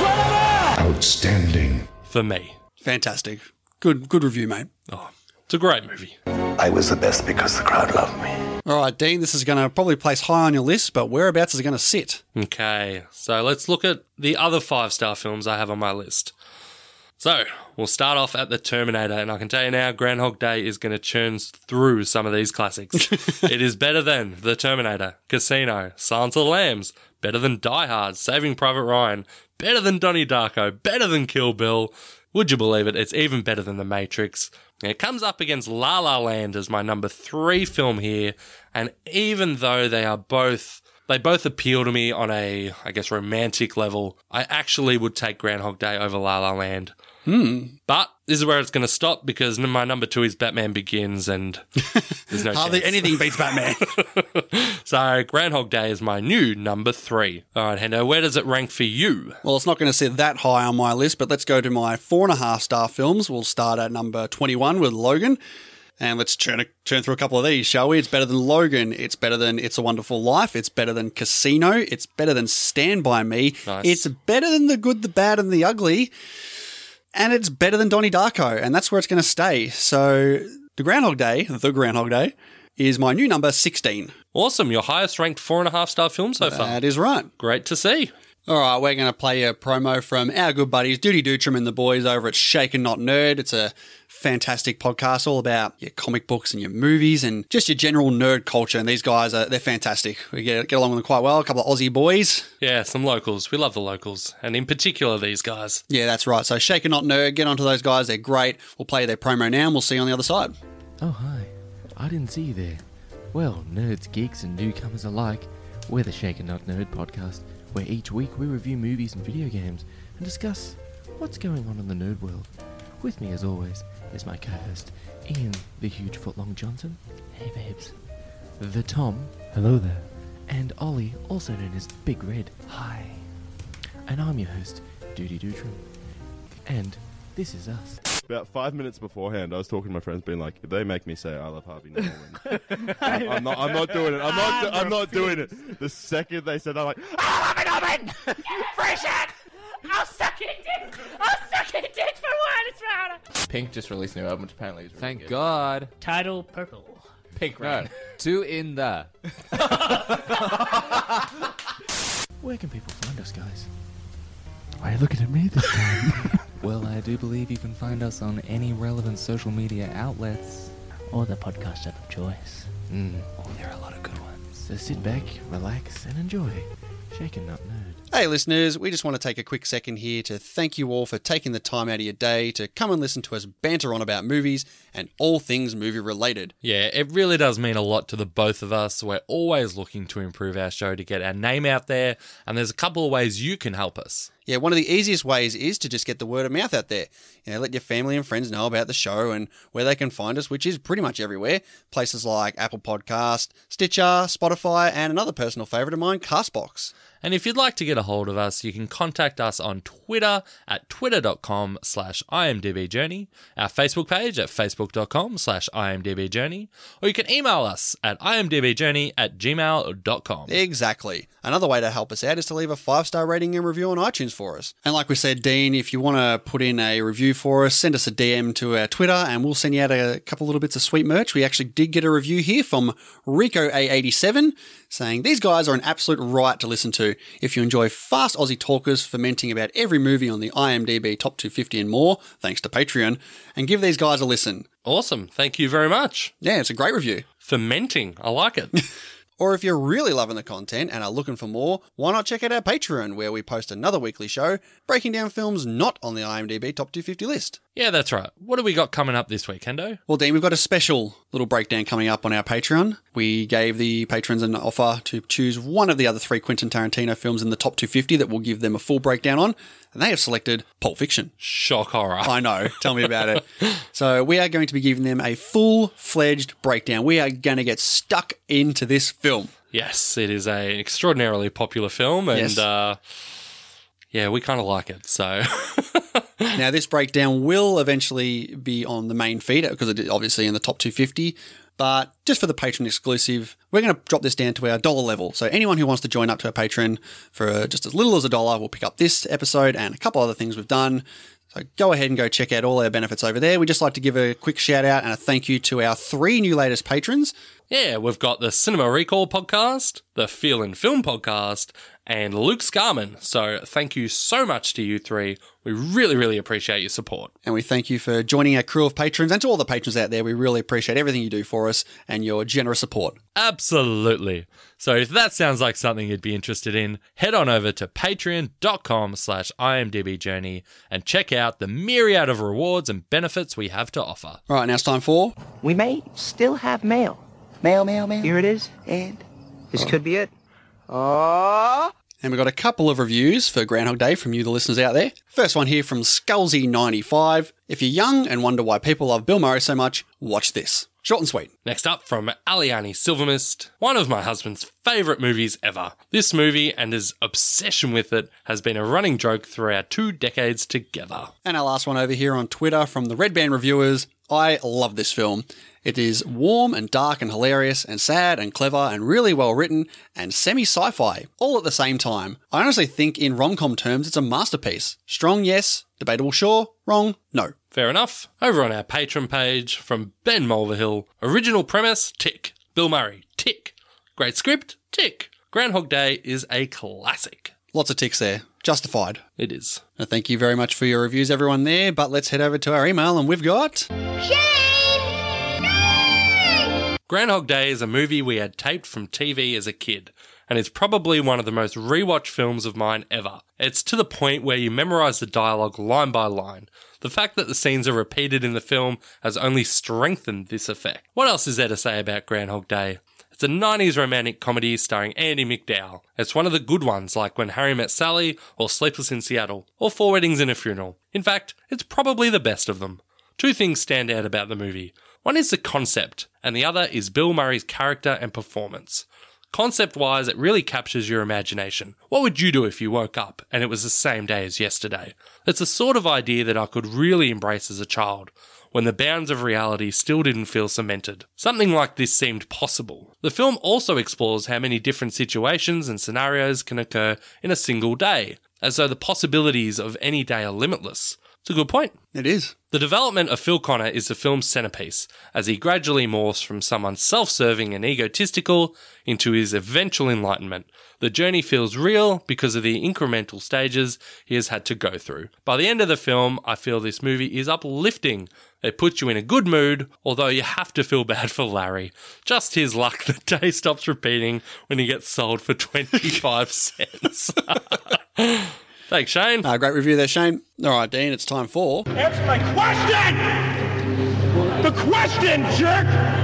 Speaker 12: Incredible. Outstanding.
Speaker 2: for me.
Speaker 1: Fantastic. Good good review, mate.
Speaker 2: Oh, it's a great movie.
Speaker 13: I was the best because the crowd loved me.
Speaker 1: All right, Dean, this is going to probably place high on your list, but whereabouts is it going to sit?
Speaker 2: Okay, so let's look at the other five star films I have on my list. So we'll start off at the Terminator, and I can tell you now, Groundhog Day is going to churn through some of these classics. it is better than The Terminator, Casino, Silence of the Lambs, better than Die Hard, Saving Private Ryan, better than Donnie Darko, better than Kill Bill. Would you believe it? It's even better than The Matrix. It comes up against La La Land as my number three film here, and even though they are both they both appeal to me on a, I guess, romantic level. I actually would take Groundhog Day over La La Land. But this is where it's going to stop because my number two is Batman Begins, and there's no
Speaker 1: Hardly
Speaker 2: chance.
Speaker 1: anything beats Batman.
Speaker 2: So Groundhog Day is my new number three. All right, Hendo, where does it rank for you?
Speaker 1: well, it's not going to sit that high on my list, but let's go to my four and a half star films. We'll start at number 21 with Logan. And let's churn, a, churn through a couple of these, shall we? It's better than Logan. It's better than It's a Wonderful Life. It's better than Casino. It's better than Stand By Me.
Speaker 2: Nice.
Speaker 1: It's better than The Good, The Bad, and The Ugly. And it's better than Donnie Darko. And that's where it's going to stay. So, The Groundhog Day, The Groundhog Day, is my new number 16.
Speaker 2: Awesome, your highest ranked four and a half star film so far.
Speaker 1: That is right.
Speaker 2: Great to see.
Speaker 1: All right, we're going to play a promo from our good buddies, Duty Dutram and the boys over at Shake and Not Nerd. It's a fantastic podcast all about your comic books and your movies and just your general nerd culture. And these guys are, they're fantastic. We get, get along with them quite well. A couple of Aussie boys.
Speaker 2: Yeah, some locals. We love the locals, and in particular these guys.
Speaker 1: Yeah, that's right. So Shake and Not Nerd, get onto those guys. They're great. We'll play their promo now and we'll see you on the other side.
Speaker 14: Oh, hi. I didn't see you there. Well, nerds, geeks, and newcomers alike, we're the Shaken Not Nerd podcast, where each week we review movies and video games and discuss what's going on in the nerd world. With me, as always, is my co host, Ian the Huge Footlong Johnson. Hey, babes. The Tom. Hello there. And Ollie, also known as Big Red. Hi. And I'm your host, Duty Dutram. And this is us.
Speaker 15: About five minutes beforehand, I was talking to my friends, being like, if they make me say I love Harvey Norman, I'm I'm not, I'm not doing it. I'm not, do- I'm not doing it. The second they said, that, I'm like,
Speaker 16: Robin! Fresh it! I'll suck it dick! I'll suck it dick for one! It's round!
Speaker 17: Pink just released a new album, which apparently is really
Speaker 18: Thank
Speaker 17: good.
Speaker 18: God.
Speaker 16: Title purple.
Speaker 18: Pink
Speaker 17: Rain.
Speaker 18: Two in the.
Speaker 14: Where can people find us, guys?
Speaker 18: Why are you looking at me this time?
Speaker 14: Well, I do believe you can find us on any relevant social media outlets.
Speaker 18: or the podcast app of choice.
Speaker 14: Mm. there are a lot of good ones. So sit back, relax, and enjoy. Shaken Not Nerd.
Speaker 1: Hey, listeners, we just want to take a quick second here to thank you all for taking the time out of your day to come and listen to us banter on about movies and all things movie related.
Speaker 2: Yeah, it really does mean a lot to the both of us. We're always looking to improve our show to get our name out there, and there's a couple of ways you can help us.
Speaker 1: Yeah, one of the easiest ways is to just get the word of mouth out there. You know, let your family and friends know about the show and where they can find us, which is pretty much everywhere. Places like Apple Podcast, Stitcher, Spotify, and another personal favorite of mine, Castbox.
Speaker 2: And if you'd like to get a hold of us, you can contact us on Twitter at twitter.com slash imdbjourney, our Facebook page at facebook.com slash imdbjourney, or you can email us at imdbjourney at gmail.com.
Speaker 1: Exactly. Another way to help us out is to leave a five star rating and review on iTunes for us. And like we said, Dean, if you want to put in a review for us, send us a DM to our Twitter and we'll send you out a couple little bits of sweet merch. We actually did get a review here from Rico A87 saying, These guys are an absolute riot to listen to. If you enjoy fast Aussie talkers fermenting about every movie on the IMDb Top 250 and more, thanks to Patreon, and give these guys a listen.
Speaker 2: Awesome. Thank you very much.
Speaker 1: Yeah, it's a great review.
Speaker 2: Fermenting. I like it.
Speaker 1: Or if you're really loving the content and are looking for more, why not check out our Patreon, where we post another weekly show breaking down films not on the IMDb Top 250 list.
Speaker 2: yeah, that's right. What do we got coming up this week, Hendo?
Speaker 1: Well, Dean, we've got a special little breakdown coming up on our Patreon. We gave the patrons an offer to choose one of the other three Quentin Tarantino films in the top 250 that we'll give them a full breakdown on, and they have selected Pulp Fiction.
Speaker 2: Shock horror.
Speaker 1: I know. Tell me about it. So, we are going to be giving them a full fledged breakdown. We are going to get stuck into this film.
Speaker 2: Yes, it is an extraordinarily popular film, and
Speaker 1: Yes.
Speaker 2: uh, yeah, we kind of like it. So
Speaker 1: now, this breakdown will eventually be on the main feed because it is obviously in the top 250. But just for the patron exclusive, we're going to drop this down to our dollar level. So anyone who wants to join up to our patron for uh, just as little as a dollar will pick up this episode and a couple other things we've done. So go ahead and go check out all our benefits over there. We just like to give a quick shout out and a thank you to our three new latest patrons.
Speaker 2: yeah, we've got the Cinema Recall podcast, the Feel and Film podcast, and Luke Scarman. So thank you so much to you three. We really, really appreciate your support.
Speaker 1: And we thank you for joining our crew of patrons and to all the patrons out there. We really appreciate everything you do for us and your generous support.
Speaker 2: Absolutely. So if that sounds like something you'd be interested in, head on over to patreon.com slash imdbjourney and check out the myriad of rewards and benefits we have to offer.
Speaker 1: All right, now it's time for.
Speaker 19: We may still have mail. Mail, mail, mail. Here it is. And this could be it. Oh.
Speaker 1: And we got a couple of reviews for Groundhog Day from you, the listeners out there. First one here from Skullsy95. If you're young and wonder why people love Bill Murray so much, watch this. Short and sweet.
Speaker 2: Next up from Aliani Silvermist, one of my husband's favourite movies ever. This movie and his obsession with it has been a running joke through our two decades together.
Speaker 1: And our last one over here on Twitter from the Red Band Reviewers. I love this film. It is warm and dark and hilarious and sad and clever and really well written and semi sci fi all at the same time. I honestly think, in rom com terms, it's a masterpiece. Strong, yes. Debatable, sure. Wrong, no.
Speaker 2: Fair enough. Over on our Patreon page from Ben Mulverhill, original premise, tick. Bill Murray, tick. Great script, tick. Groundhog Day is a classic.
Speaker 1: Lots of ticks there. Justified.
Speaker 2: It is.
Speaker 1: Now, thank you very much for your reviews, everyone there. But let's head over to our email, and we've got.
Speaker 2: Groundhog Day is a movie we had taped from TV as a kid, and it's probably one of the most rewatch films of mine ever. It's to the point where you memorize the dialogue line by line. The fact that the scenes are repeated in the film has only strengthened this effect. What else is there to say about Groundhog Day? It's a 90s romantic comedy starring Andy McDowell. It's one of the good ones, like When Harry Met Sally, or Sleepless in Seattle, or Four Weddings and a Funeral. In fact, it's probably the best of them. Two things stand out about the movie. One is the concept, and the other is Bill Murray's character and performance. Concept wise, it really captures your imagination. What would you do if you woke up and it was the same day as yesterday? It's a sort of idea that I could really embrace as a child, when the bounds of reality still didn't feel cemented. Something like this seemed possible. The film also explores how many different situations and scenarios can occur in a single day, as though the possibilities of any day are limitless. It's a good point.
Speaker 1: It is.
Speaker 2: The development of Phil Connor is the film's centerpiece, as he gradually morphs from someone self serving and egotistical into his eventual enlightenment. The journey feels real because of the incremental stages he has had to go through. By the end of the film, I feel this movie is uplifting. It puts you in a good mood, although you have to feel bad for Larry. Just his luck the day stops repeating when he gets sold for 25 cents. Thanks, Shane.
Speaker 1: Uh, great review there, Shane. All right, Dean, it's time for.
Speaker 16: Answer my question! The question, jerk!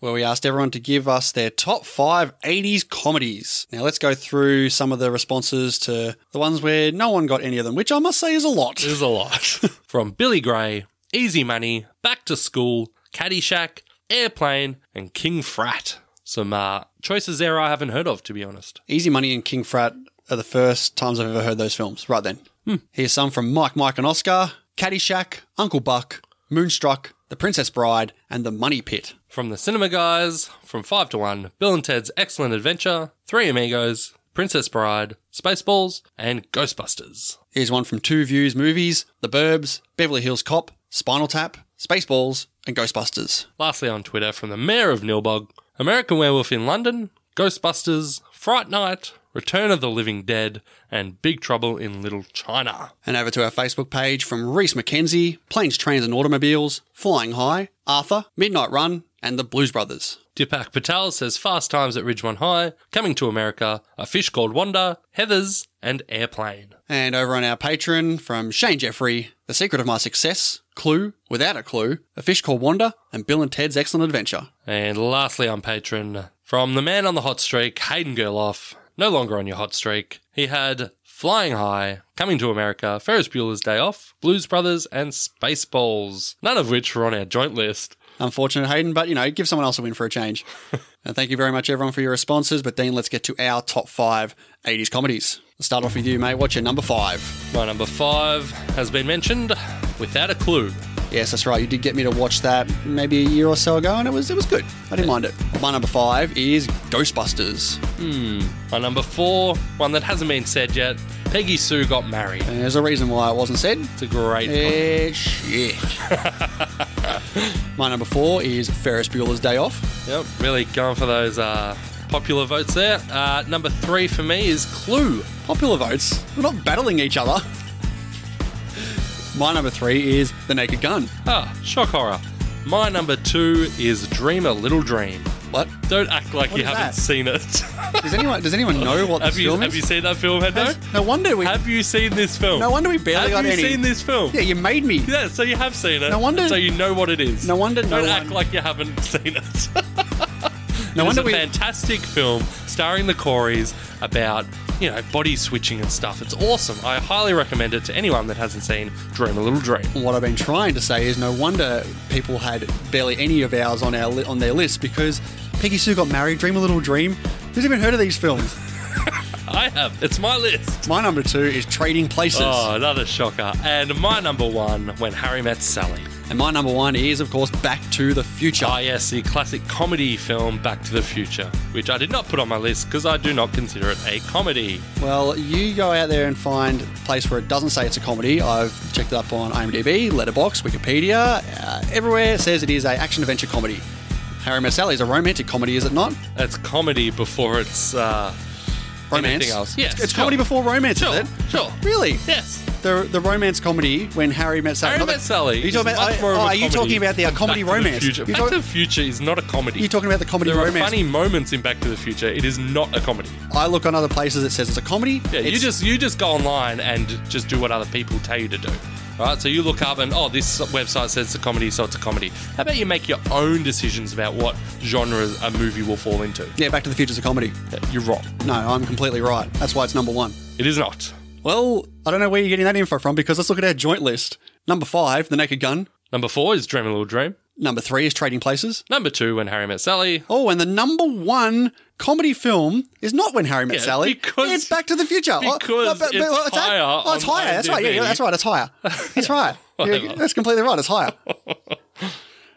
Speaker 1: where we asked everyone to give us their top five 80s comedies. Now, let's go through some of the responses to the ones where no one got any of them, which I must say is a lot.
Speaker 2: There's a lot. From Billy Gray, Easy Money, Back to School, Caddyshack, Airplane, and King Frat. Some uh, choices there I haven't heard of, to be honest.
Speaker 1: Easy Money and King Frat are the first times I've ever heard those films. Right then.
Speaker 2: Hmm.
Speaker 1: Here's some from Mike, Mike, and Oscar Caddyshack, Uncle Buck, Moonstruck, The Princess Bride, and The Money Pit.
Speaker 2: From the Cinema Guys, from 5 to 1, Bill and Ted's Excellent Adventure, Three Amigos, Princess Bride, Spaceballs, and Ghostbusters.
Speaker 1: Here's one from Two Views Movies, The Burbs, Beverly Hills Cop, Spinal Tap, Spaceballs, and Ghostbusters.
Speaker 2: Lastly, on Twitter, from the mayor of Nilbog, American Werewolf in London, Ghostbusters, Fright Night, Return of the Living Dead, and Big Trouble in Little China.
Speaker 1: And over to our Facebook page from Reese McKenzie, Planes, Trains and Automobiles, Flying High, Arthur, Midnight Run, and The Blues Brothers.
Speaker 2: Dipak Patel says Fast Times at Ridgemont High, Coming to America, A Fish Called Wanda, Heathers, and Airplane.
Speaker 1: And over on our Patreon from Shane Jeffrey, The Secret of My Success, Clue, Without a Clue, A Fish Called Wanda, and Bill and Ted's Excellent Adventure.
Speaker 2: And lastly, on Patreon, from the man on the hot streak, Hayden Gerloff, no longer on your hot streak, he had Flying High, Coming to America, Ferris Bueller's Day Off, Blues Brothers, and Spaceballs, none of which were on our joint list.
Speaker 1: Unfortunate, Hayden, but you know, give someone else a win for a change. and thank you very much, everyone, for your responses. But Dean, let's get to our top five 80s comedies. Let's start off with you, mate. What's your number five?
Speaker 2: My number five has been mentioned without a clue.
Speaker 1: Yes, that's right. You did get me to watch that maybe a year or so ago, and it was it was good. I didn't mind it. My number five is Ghostbusters.
Speaker 2: Hmm. My number four, one that hasn't been said yet, Peggy Sue got married.
Speaker 1: And there's a reason why it wasn't said.
Speaker 2: It's a great
Speaker 1: Eh, shit. My number four is Ferris Bueller's Day Off.
Speaker 2: Yep, really going for those uh, popular votes there. Uh, number three for me is Clue.
Speaker 1: Popular votes. We're not battling each other. My number three is The Naked Gun.
Speaker 2: Ah, shock horror. My number two is Dream a Little Dream.
Speaker 1: What?
Speaker 2: Don't act like
Speaker 1: What
Speaker 2: you
Speaker 1: is that?
Speaker 2: haven't seen it.
Speaker 1: Does anyone does anyone know what
Speaker 2: have
Speaker 1: this
Speaker 2: you,
Speaker 1: film
Speaker 2: Have
Speaker 1: is?
Speaker 2: you seen that film, Hendo?
Speaker 1: No wonder we.
Speaker 2: Have you seen this film?
Speaker 1: No wonder we barely got
Speaker 2: Have you
Speaker 1: any.
Speaker 2: seen this film?
Speaker 1: Yeah, you made me.
Speaker 2: Yeah, so you have seen it.
Speaker 1: No wonder-
Speaker 2: So you know what it is.
Speaker 1: No wonder no one-
Speaker 2: Don't act like you haven't seen it.
Speaker 1: No
Speaker 2: It is
Speaker 1: wonder
Speaker 2: a
Speaker 1: we-
Speaker 2: fantastic film starring the Coreys about you know body switching and stuff. It's awesome. I highly recommend it to anyone that hasn't seen Dream a Little Dream.
Speaker 1: What I've been trying to say is no wonder people had barely any of ours on our li- on their list because Peggy Sue got married, Dream a Little Dream. Who's even heard of these films?
Speaker 2: I have. It's my list.
Speaker 1: My number two is Trading Places.
Speaker 2: Oh, another shocker. And my number one, When Harry Met Sally.
Speaker 1: And my number one is, of course, Back to the Future.
Speaker 2: Ah, yes, the classic comedy film Back to the Future, which I did not put on my list because I do not consider it a comedy.
Speaker 1: Well, you go out there and find a place where it doesn't say it's a comedy. I've checked it up on IMDb, Letterboxd, Wikipedia. Uh, everywhere it says it is a action adventure comedy. Harry Met Sally is a romantic comedy, is it not?
Speaker 2: It's comedy before it's uh,
Speaker 1: Romance.
Speaker 2: anything else. Yes,
Speaker 1: it's, it's
Speaker 2: sure.
Speaker 1: comedy before romance,
Speaker 2: Sure,
Speaker 1: is it?
Speaker 2: sure.
Speaker 1: Really?
Speaker 2: Yes.
Speaker 1: The the romance comedy when Harry Met Sally.
Speaker 2: Harry
Speaker 1: not the-
Speaker 2: Met Sally.
Speaker 1: Are you talking
Speaker 2: is
Speaker 1: about?
Speaker 2: much more
Speaker 1: oh,
Speaker 2: of a
Speaker 1: are you
Speaker 2: comedy
Speaker 1: talking about the uh,
Speaker 2: than
Speaker 1: comedy
Speaker 2: Back to the
Speaker 1: romance?
Speaker 2: Future.
Speaker 1: You're,
Speaker 2: Back
Speaker 1: talk-
Speaker 2: to the Future is not a comedy.
Speaker 1: you're talking about the comedy
Speaker 2: there
Speaker 1: romance.
Speaker 2: are funny moments in Back to the Future. It is not a comedy.
Speaker 1: I look on other places that says it's a comedy.
Speaker 2: Yeah, you
Speaker 1: It's-
Speaker 2: just you just go online and just do what other people tell you to do. Right, so you look up and oh, this website says it's a comedy, so it's a comedy. How about you make your own decisions about what genre a movie will fall into?
Speaker 1: yeah. Back to the Future's a comedy.
Speaker 2: You're wrong.
Speaker 1: No, I'm completely right. That's why it's number one.
Speaker 2: It is not.
Speaker 1: Well, I don't know where you're getting that info from because let's look at our joint list. Number five, The Naked Gun.
Speaker 2: Number four is Dream a Little Dream.
Speaker 1: Number three is Trading Places.
Speaker 2: Number two, When Harry Met Sally.
Speaker 1: Oh, and the number one comedy film is not When Harry Met
Speaker 2: Yeah,
Speaker 1: Sally.
Speaker 2: because-
Speaker 1: it's Back to the Future. Oh,
Speaker 2: because it's
Speaker 1: well, that-
Speaker 2: higher
Speaker 1: Oh, it's
Speaker 2: on
Speaker 1: higher. That's right. Yeah, yeah,
Speaker 2: IMDb.
Speaker 1: that's right. It's higher. That's right. Yeah,
Speaker 2: whatever.
Speaker 1: that's completely right. It's higher.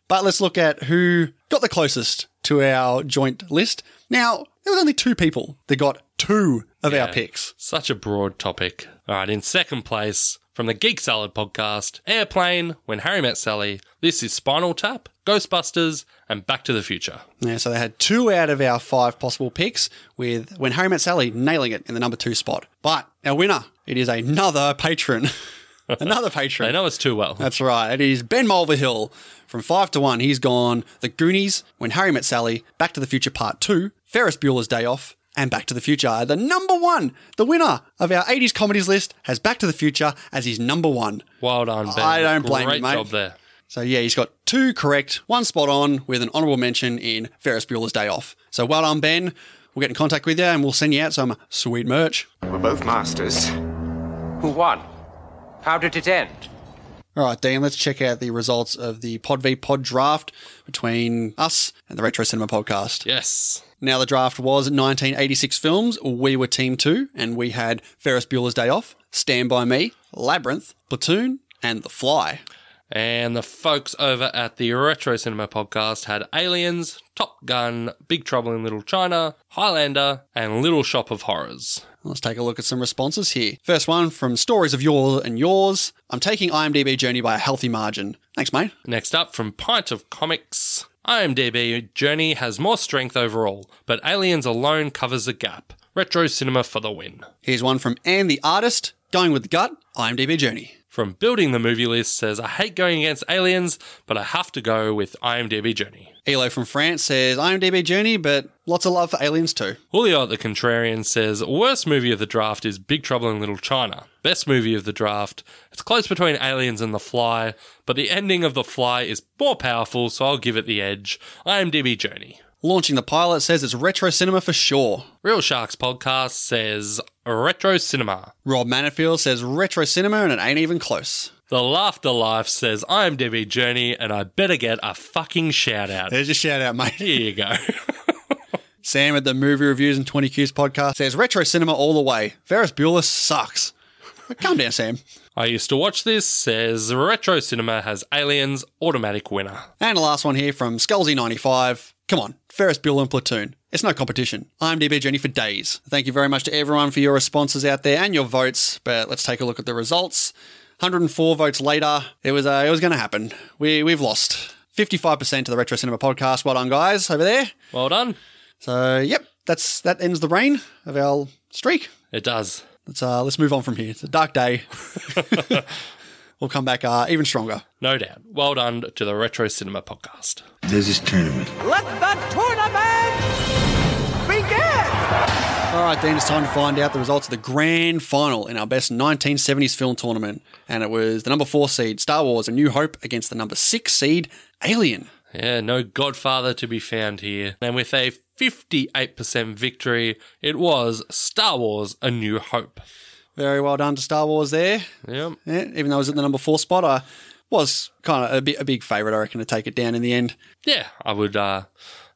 Speaker 1: but let's look at who got the closest to our joint list. Now, there was only two people that got two of our picks.
Speaker 2: Such a broad topic. All right, in second place from the Geek Salad podcast, Airplane, When Harry Met Sally. This is Spinal Tap, Ghostbusters, and Back to the Future.
Speaker 1: Yeah, so they had two out of our five possible picks, with when Harry Met Sally nailing it in the number two spot. But our winner, it is another patron. another patron.
Speaker 2: They know us too well.
Speaker 1: That's right. It is Ben Mulverhill from five to one. He's gone The Goonies, When Harry Met Sally, Back to the Future Part Two, Ferris Bueller's Day Off, and Back to the Future. The number one, the winner of our '80s comedies list, has Back to the Future as his number one.
Speaker 2: Well done, Ben.
Speaker 1: I don't blame
Speaker 2: Great
Speaker 1: you, mate.
Speaker 2: job there.
Speaker 1: So yeah, he's got two correct, one spot on, with an honourable mention in Ferris Bueller's Day Off. So well done, Ben. We'll get in contact with you and we'll send you out some sweet merch.
Speaker 3: We're both masters. Who won? How did it end?
Speaker 1: All right, Dan, let's check out the results of the Pod v Pod draft between us and the Retro Cinema Podcast.
Speaker 2: Yes.
Speaker 1: Now, the draft was 1986 films. We were Team 2, and we had Ferris Bueller's Day Off, Stand By Me, Labyrinth, Platoon, and The Fly.
Speaker 2: And the folks over at the Retro Cinema podcast had Aliens, Top Gun, Big Trouble in Little China, Highlander, and Little Shop of Horrors.
Speaker 1: Let's take a look at some responses here. First one from Stories of Yours and Yours. I'm taking IMDb Journey by a healthy margin. Thanks, mate.
Speaker 2: Next up from Pint of Comics. IMDb Journey has more strength overall, but Aliens alone covers the gap. Retro cinema for the win.
Speaker 1: Here's one from Anne the Artist. Going with the gut, IMDb Journey.
Speaker 2: From Building the Movie List says, I hate going against aliens, but I have to go with IMDb Journey.
Speaker 1: Elo from France says, IMDb Journey, but lots of love for aliens too.
Speaker 2: Julio the Contrarian says, Worst movie of the draft is Big Trouble in Little China. Best movie of the draft, it's close between Aliens and The Fly, but the ending of The Fly is more powerful, so I'll give it the edge. IMDb Journey.
Speaker 1: Launching the pilot says it's retro cinema for sure.
Speaker 2: Real Sharks podcast says retro cinema.
Speaker 1: Rob Manifield says retro cinema and it ain't even close.
Speaker 2: The Laughter Life says IMDb Journey and I better get a fucking shout out.
Speaker 1: There's your shout out, mate.
Speaker 2: Here you go.
Speaker 1: Sam at the Movie Reviews and 20 Qs podcast says retro cinema all the way. Ferris Bueller sucks. Calm down, Sam.
Speaker 2: I used to watch this says retro cinema has aliens automatic winner.
Speaker 1: And the last one here from Skullsy95. Come on, Ferris Bueller and Platoon. It's no competition. IMDb Journey for days. Thank you very much to everyone for your responses out there and your votes. But let's take a look at the results. 104 votes later, it was uh, it was going to happen. We we've lost 55% to the Retro Cinema podcast. Well done, guys, over there.
Speaker 2: Well done.
Speaker 1: So yep, that's that ends the reign of our streak.
Speaker 2: It does.
Speaker 1: Let's uh, let's move on from here. It's a dark day. we'll come back uh, even stronger.
Speaker 2: No doubt. Well done to the Retro Cinema podcast.
Speaker 20: There's this tournament.
Speaker 16: Let the tournament begin!
Speaker 1: All right, Dean, it's time to find out the results of the grand final in our best 1970s film tournament. And it was the number four seed, Star Wars A New Hope, against the number six seed, Alien.
Speaker 2: Yeah, no Godfather to be found here. And with a 58% victory, it was Star Wars A New Hope.
Speaker 1: Very well done to Star Wars there.
Speaker 2: Yep.
Speaker 1: Yeah, even though it was at the number four spot, I was kind of a, bi- a big favourite, I reckon, to take it down in the end.
Speaker 2: Yeah, I would, uh,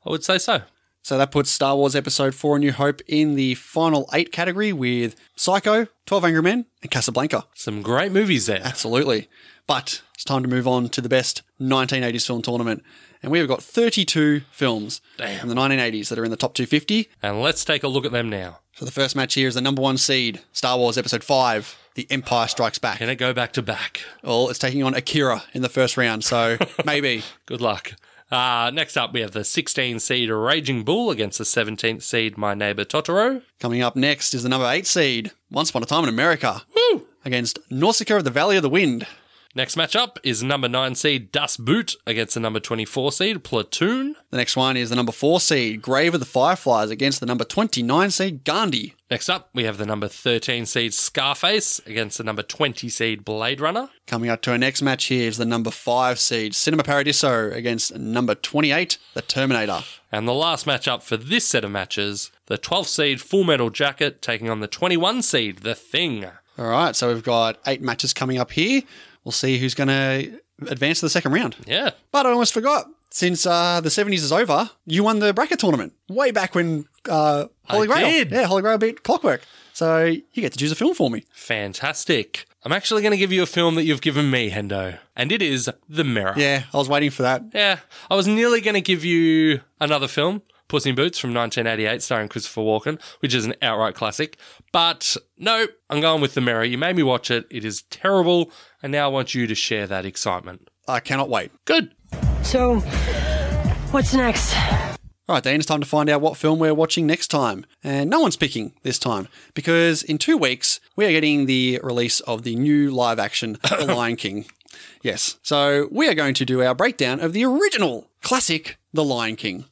Speaker 2: I would say so.
Speaker 1: So that puts Star Wars Episode 4 A New Hope in the final eight category with Psycho, 12 Angry Men, and Casablanca.
Speaker 2: Some great movies there.
Speaker 1: Absolutely. But it's time to move on to the best 1980s film tournament. And we have got 32 films
Speaker 2: Damn.
Speaker 1: from the 1980s that are in the top 250.
Speaker 2: And let's take a look at them now.
Speaker 1: So the first match here is the number one seed, Star Wars Episode 5, The Empire Strikes Back.
Speaker 2: Can it go back to back?
Speaker 1: Well, it's taking on Akira in the first round, so maybe.
Speaker 2: Good luck. Uh, next up, we have the 16 seed Raging Bull against the 17th seed My Neighbor Totoro.
Speaker 1: Coming up next is the number eight seed, Once Upon a Time in America,
Speaker 2: Woo!
Speaker 1: against Nausicaa of the Valley of the Wind.
Speaker 2: Next matchup is number 9 seed Dust Boot against the number 24 seed Platoon.
Speaker 1: The next one is the number four seed, Grave of the Fireflies, against the number 29 seed, Gandhi.
Speaker 2: Next up, we have the number 13 seed Scarface against the number 20 seed Blade Runner.
Speaker 1: Coming up to our next match here is the number five seed, Cinema Paradiso, against number 28, The Terminator.
Speaker 2: And the last matchup for this set of matches, the 12 seed Full Metal Jacket taking on the 21 seed The Thing.
Speaker 1: All right, so we've got eight matches coming up here. We'll see who's going to advance to the second round.
Speaker 2: Yeah.
Speaker 1: But I almost forgot. Since uh, the 70s is over, you won the bracket tournament way back when uh, Holy
Speaker 2: I
Speaker 1: Grail.
Speaker 2: did.
Speaker 1: Yeah, Holy Grail beat Clockwork. So you get to choose a film for me.
Speaker 2: Fantastic. I'm actually going to give you a film that you've given me, Hendo, and it is The Mirror.
Speaker 1: Yeah, I was waiting for that.
Speaker 2: Yeah, I was nearly going to give you another film, Puss in Boots from 1988, starring Christopher Walken, which is an outright classic. But no, I'm going with The Mirror. You made me watch it. It is terrible, and now I want you to share that excitement.
Speaker 1: I cannot wait.
Speaker 2: Good.
Speaker 21: So, what's next?
Speaker 1: All right, then it's time to find out what film we're watching next time. And no one's picking this time because in two weeks we are getting the release of the new live action The Lion King. Yes, so we are going to do our breakdown of the original classic The Lion King.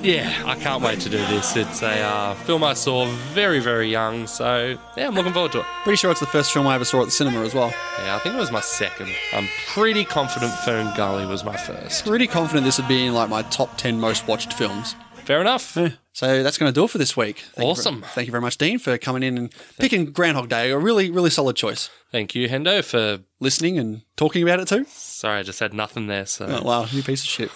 Speaker 2: Yeah, I can't wait to do this. It's a uh, film I saw very, very young, so yeah, I'm looking forward to it.
Speaker 1: Pretty sure it's the first film I ever saw at the cinema as well.
Speaker 2: Yeah, I think it was my second. I'm pretty confident Ferngully was my first.
Speaker 1: Pretty confident this would be in like my top 10 most watched films.
Speaker 2: Fair enough.
Speaker 1: So that's going to do it for this week. Thank you ver-
Speaker 2: Awesome.
Speaker 1: thank you very much, Dean, for coming in and picking Groundhog Day. A really, really solid choice.
Speaker 2: Thank you, Hendo, for
Speaker 1: listening and talking about it too.
Speaker 2: Sorry, I just had nothing there. So
Speaker 1: Oh, wow, you piece of shit.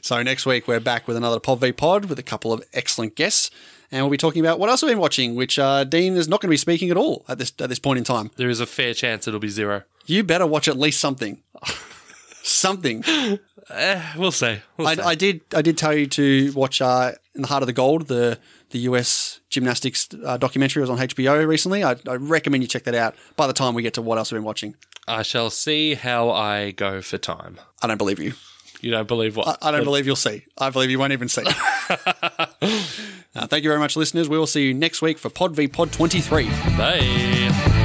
Speaker 1: so next week we're back with another Pod V Pod with a couple of excellent guests, and we'll be talking about what else we've been watching, which uh, Dean is not going to be speaking at all at this at this point in time.
Speaker 2: there is a fair chance it'll be zero.
Speaker 1: You better watch at least something. something.
Speaker 2: we'll see. We'll
Speaker 1: I,
Speaker 2: see.
Speaker 1: I did. I did tell you to watch uh, "In the Heart of the Gold," the the US gymnastics uh, documentary. It was on HBO recently. I, I recommend you check that out. By the time we get to what else we've been watching,
Speaker 2: I shall see how I go for time.
Speaker 1: I don't believe you.
Speaker 2: You don't believe what?
Speaker 1: I, I don't believe you'll see. I believe you won't even see. Uh, thank you very much, listeners. We will see you next week for Pod v Pod twenty three.
Speaker 2: Bye.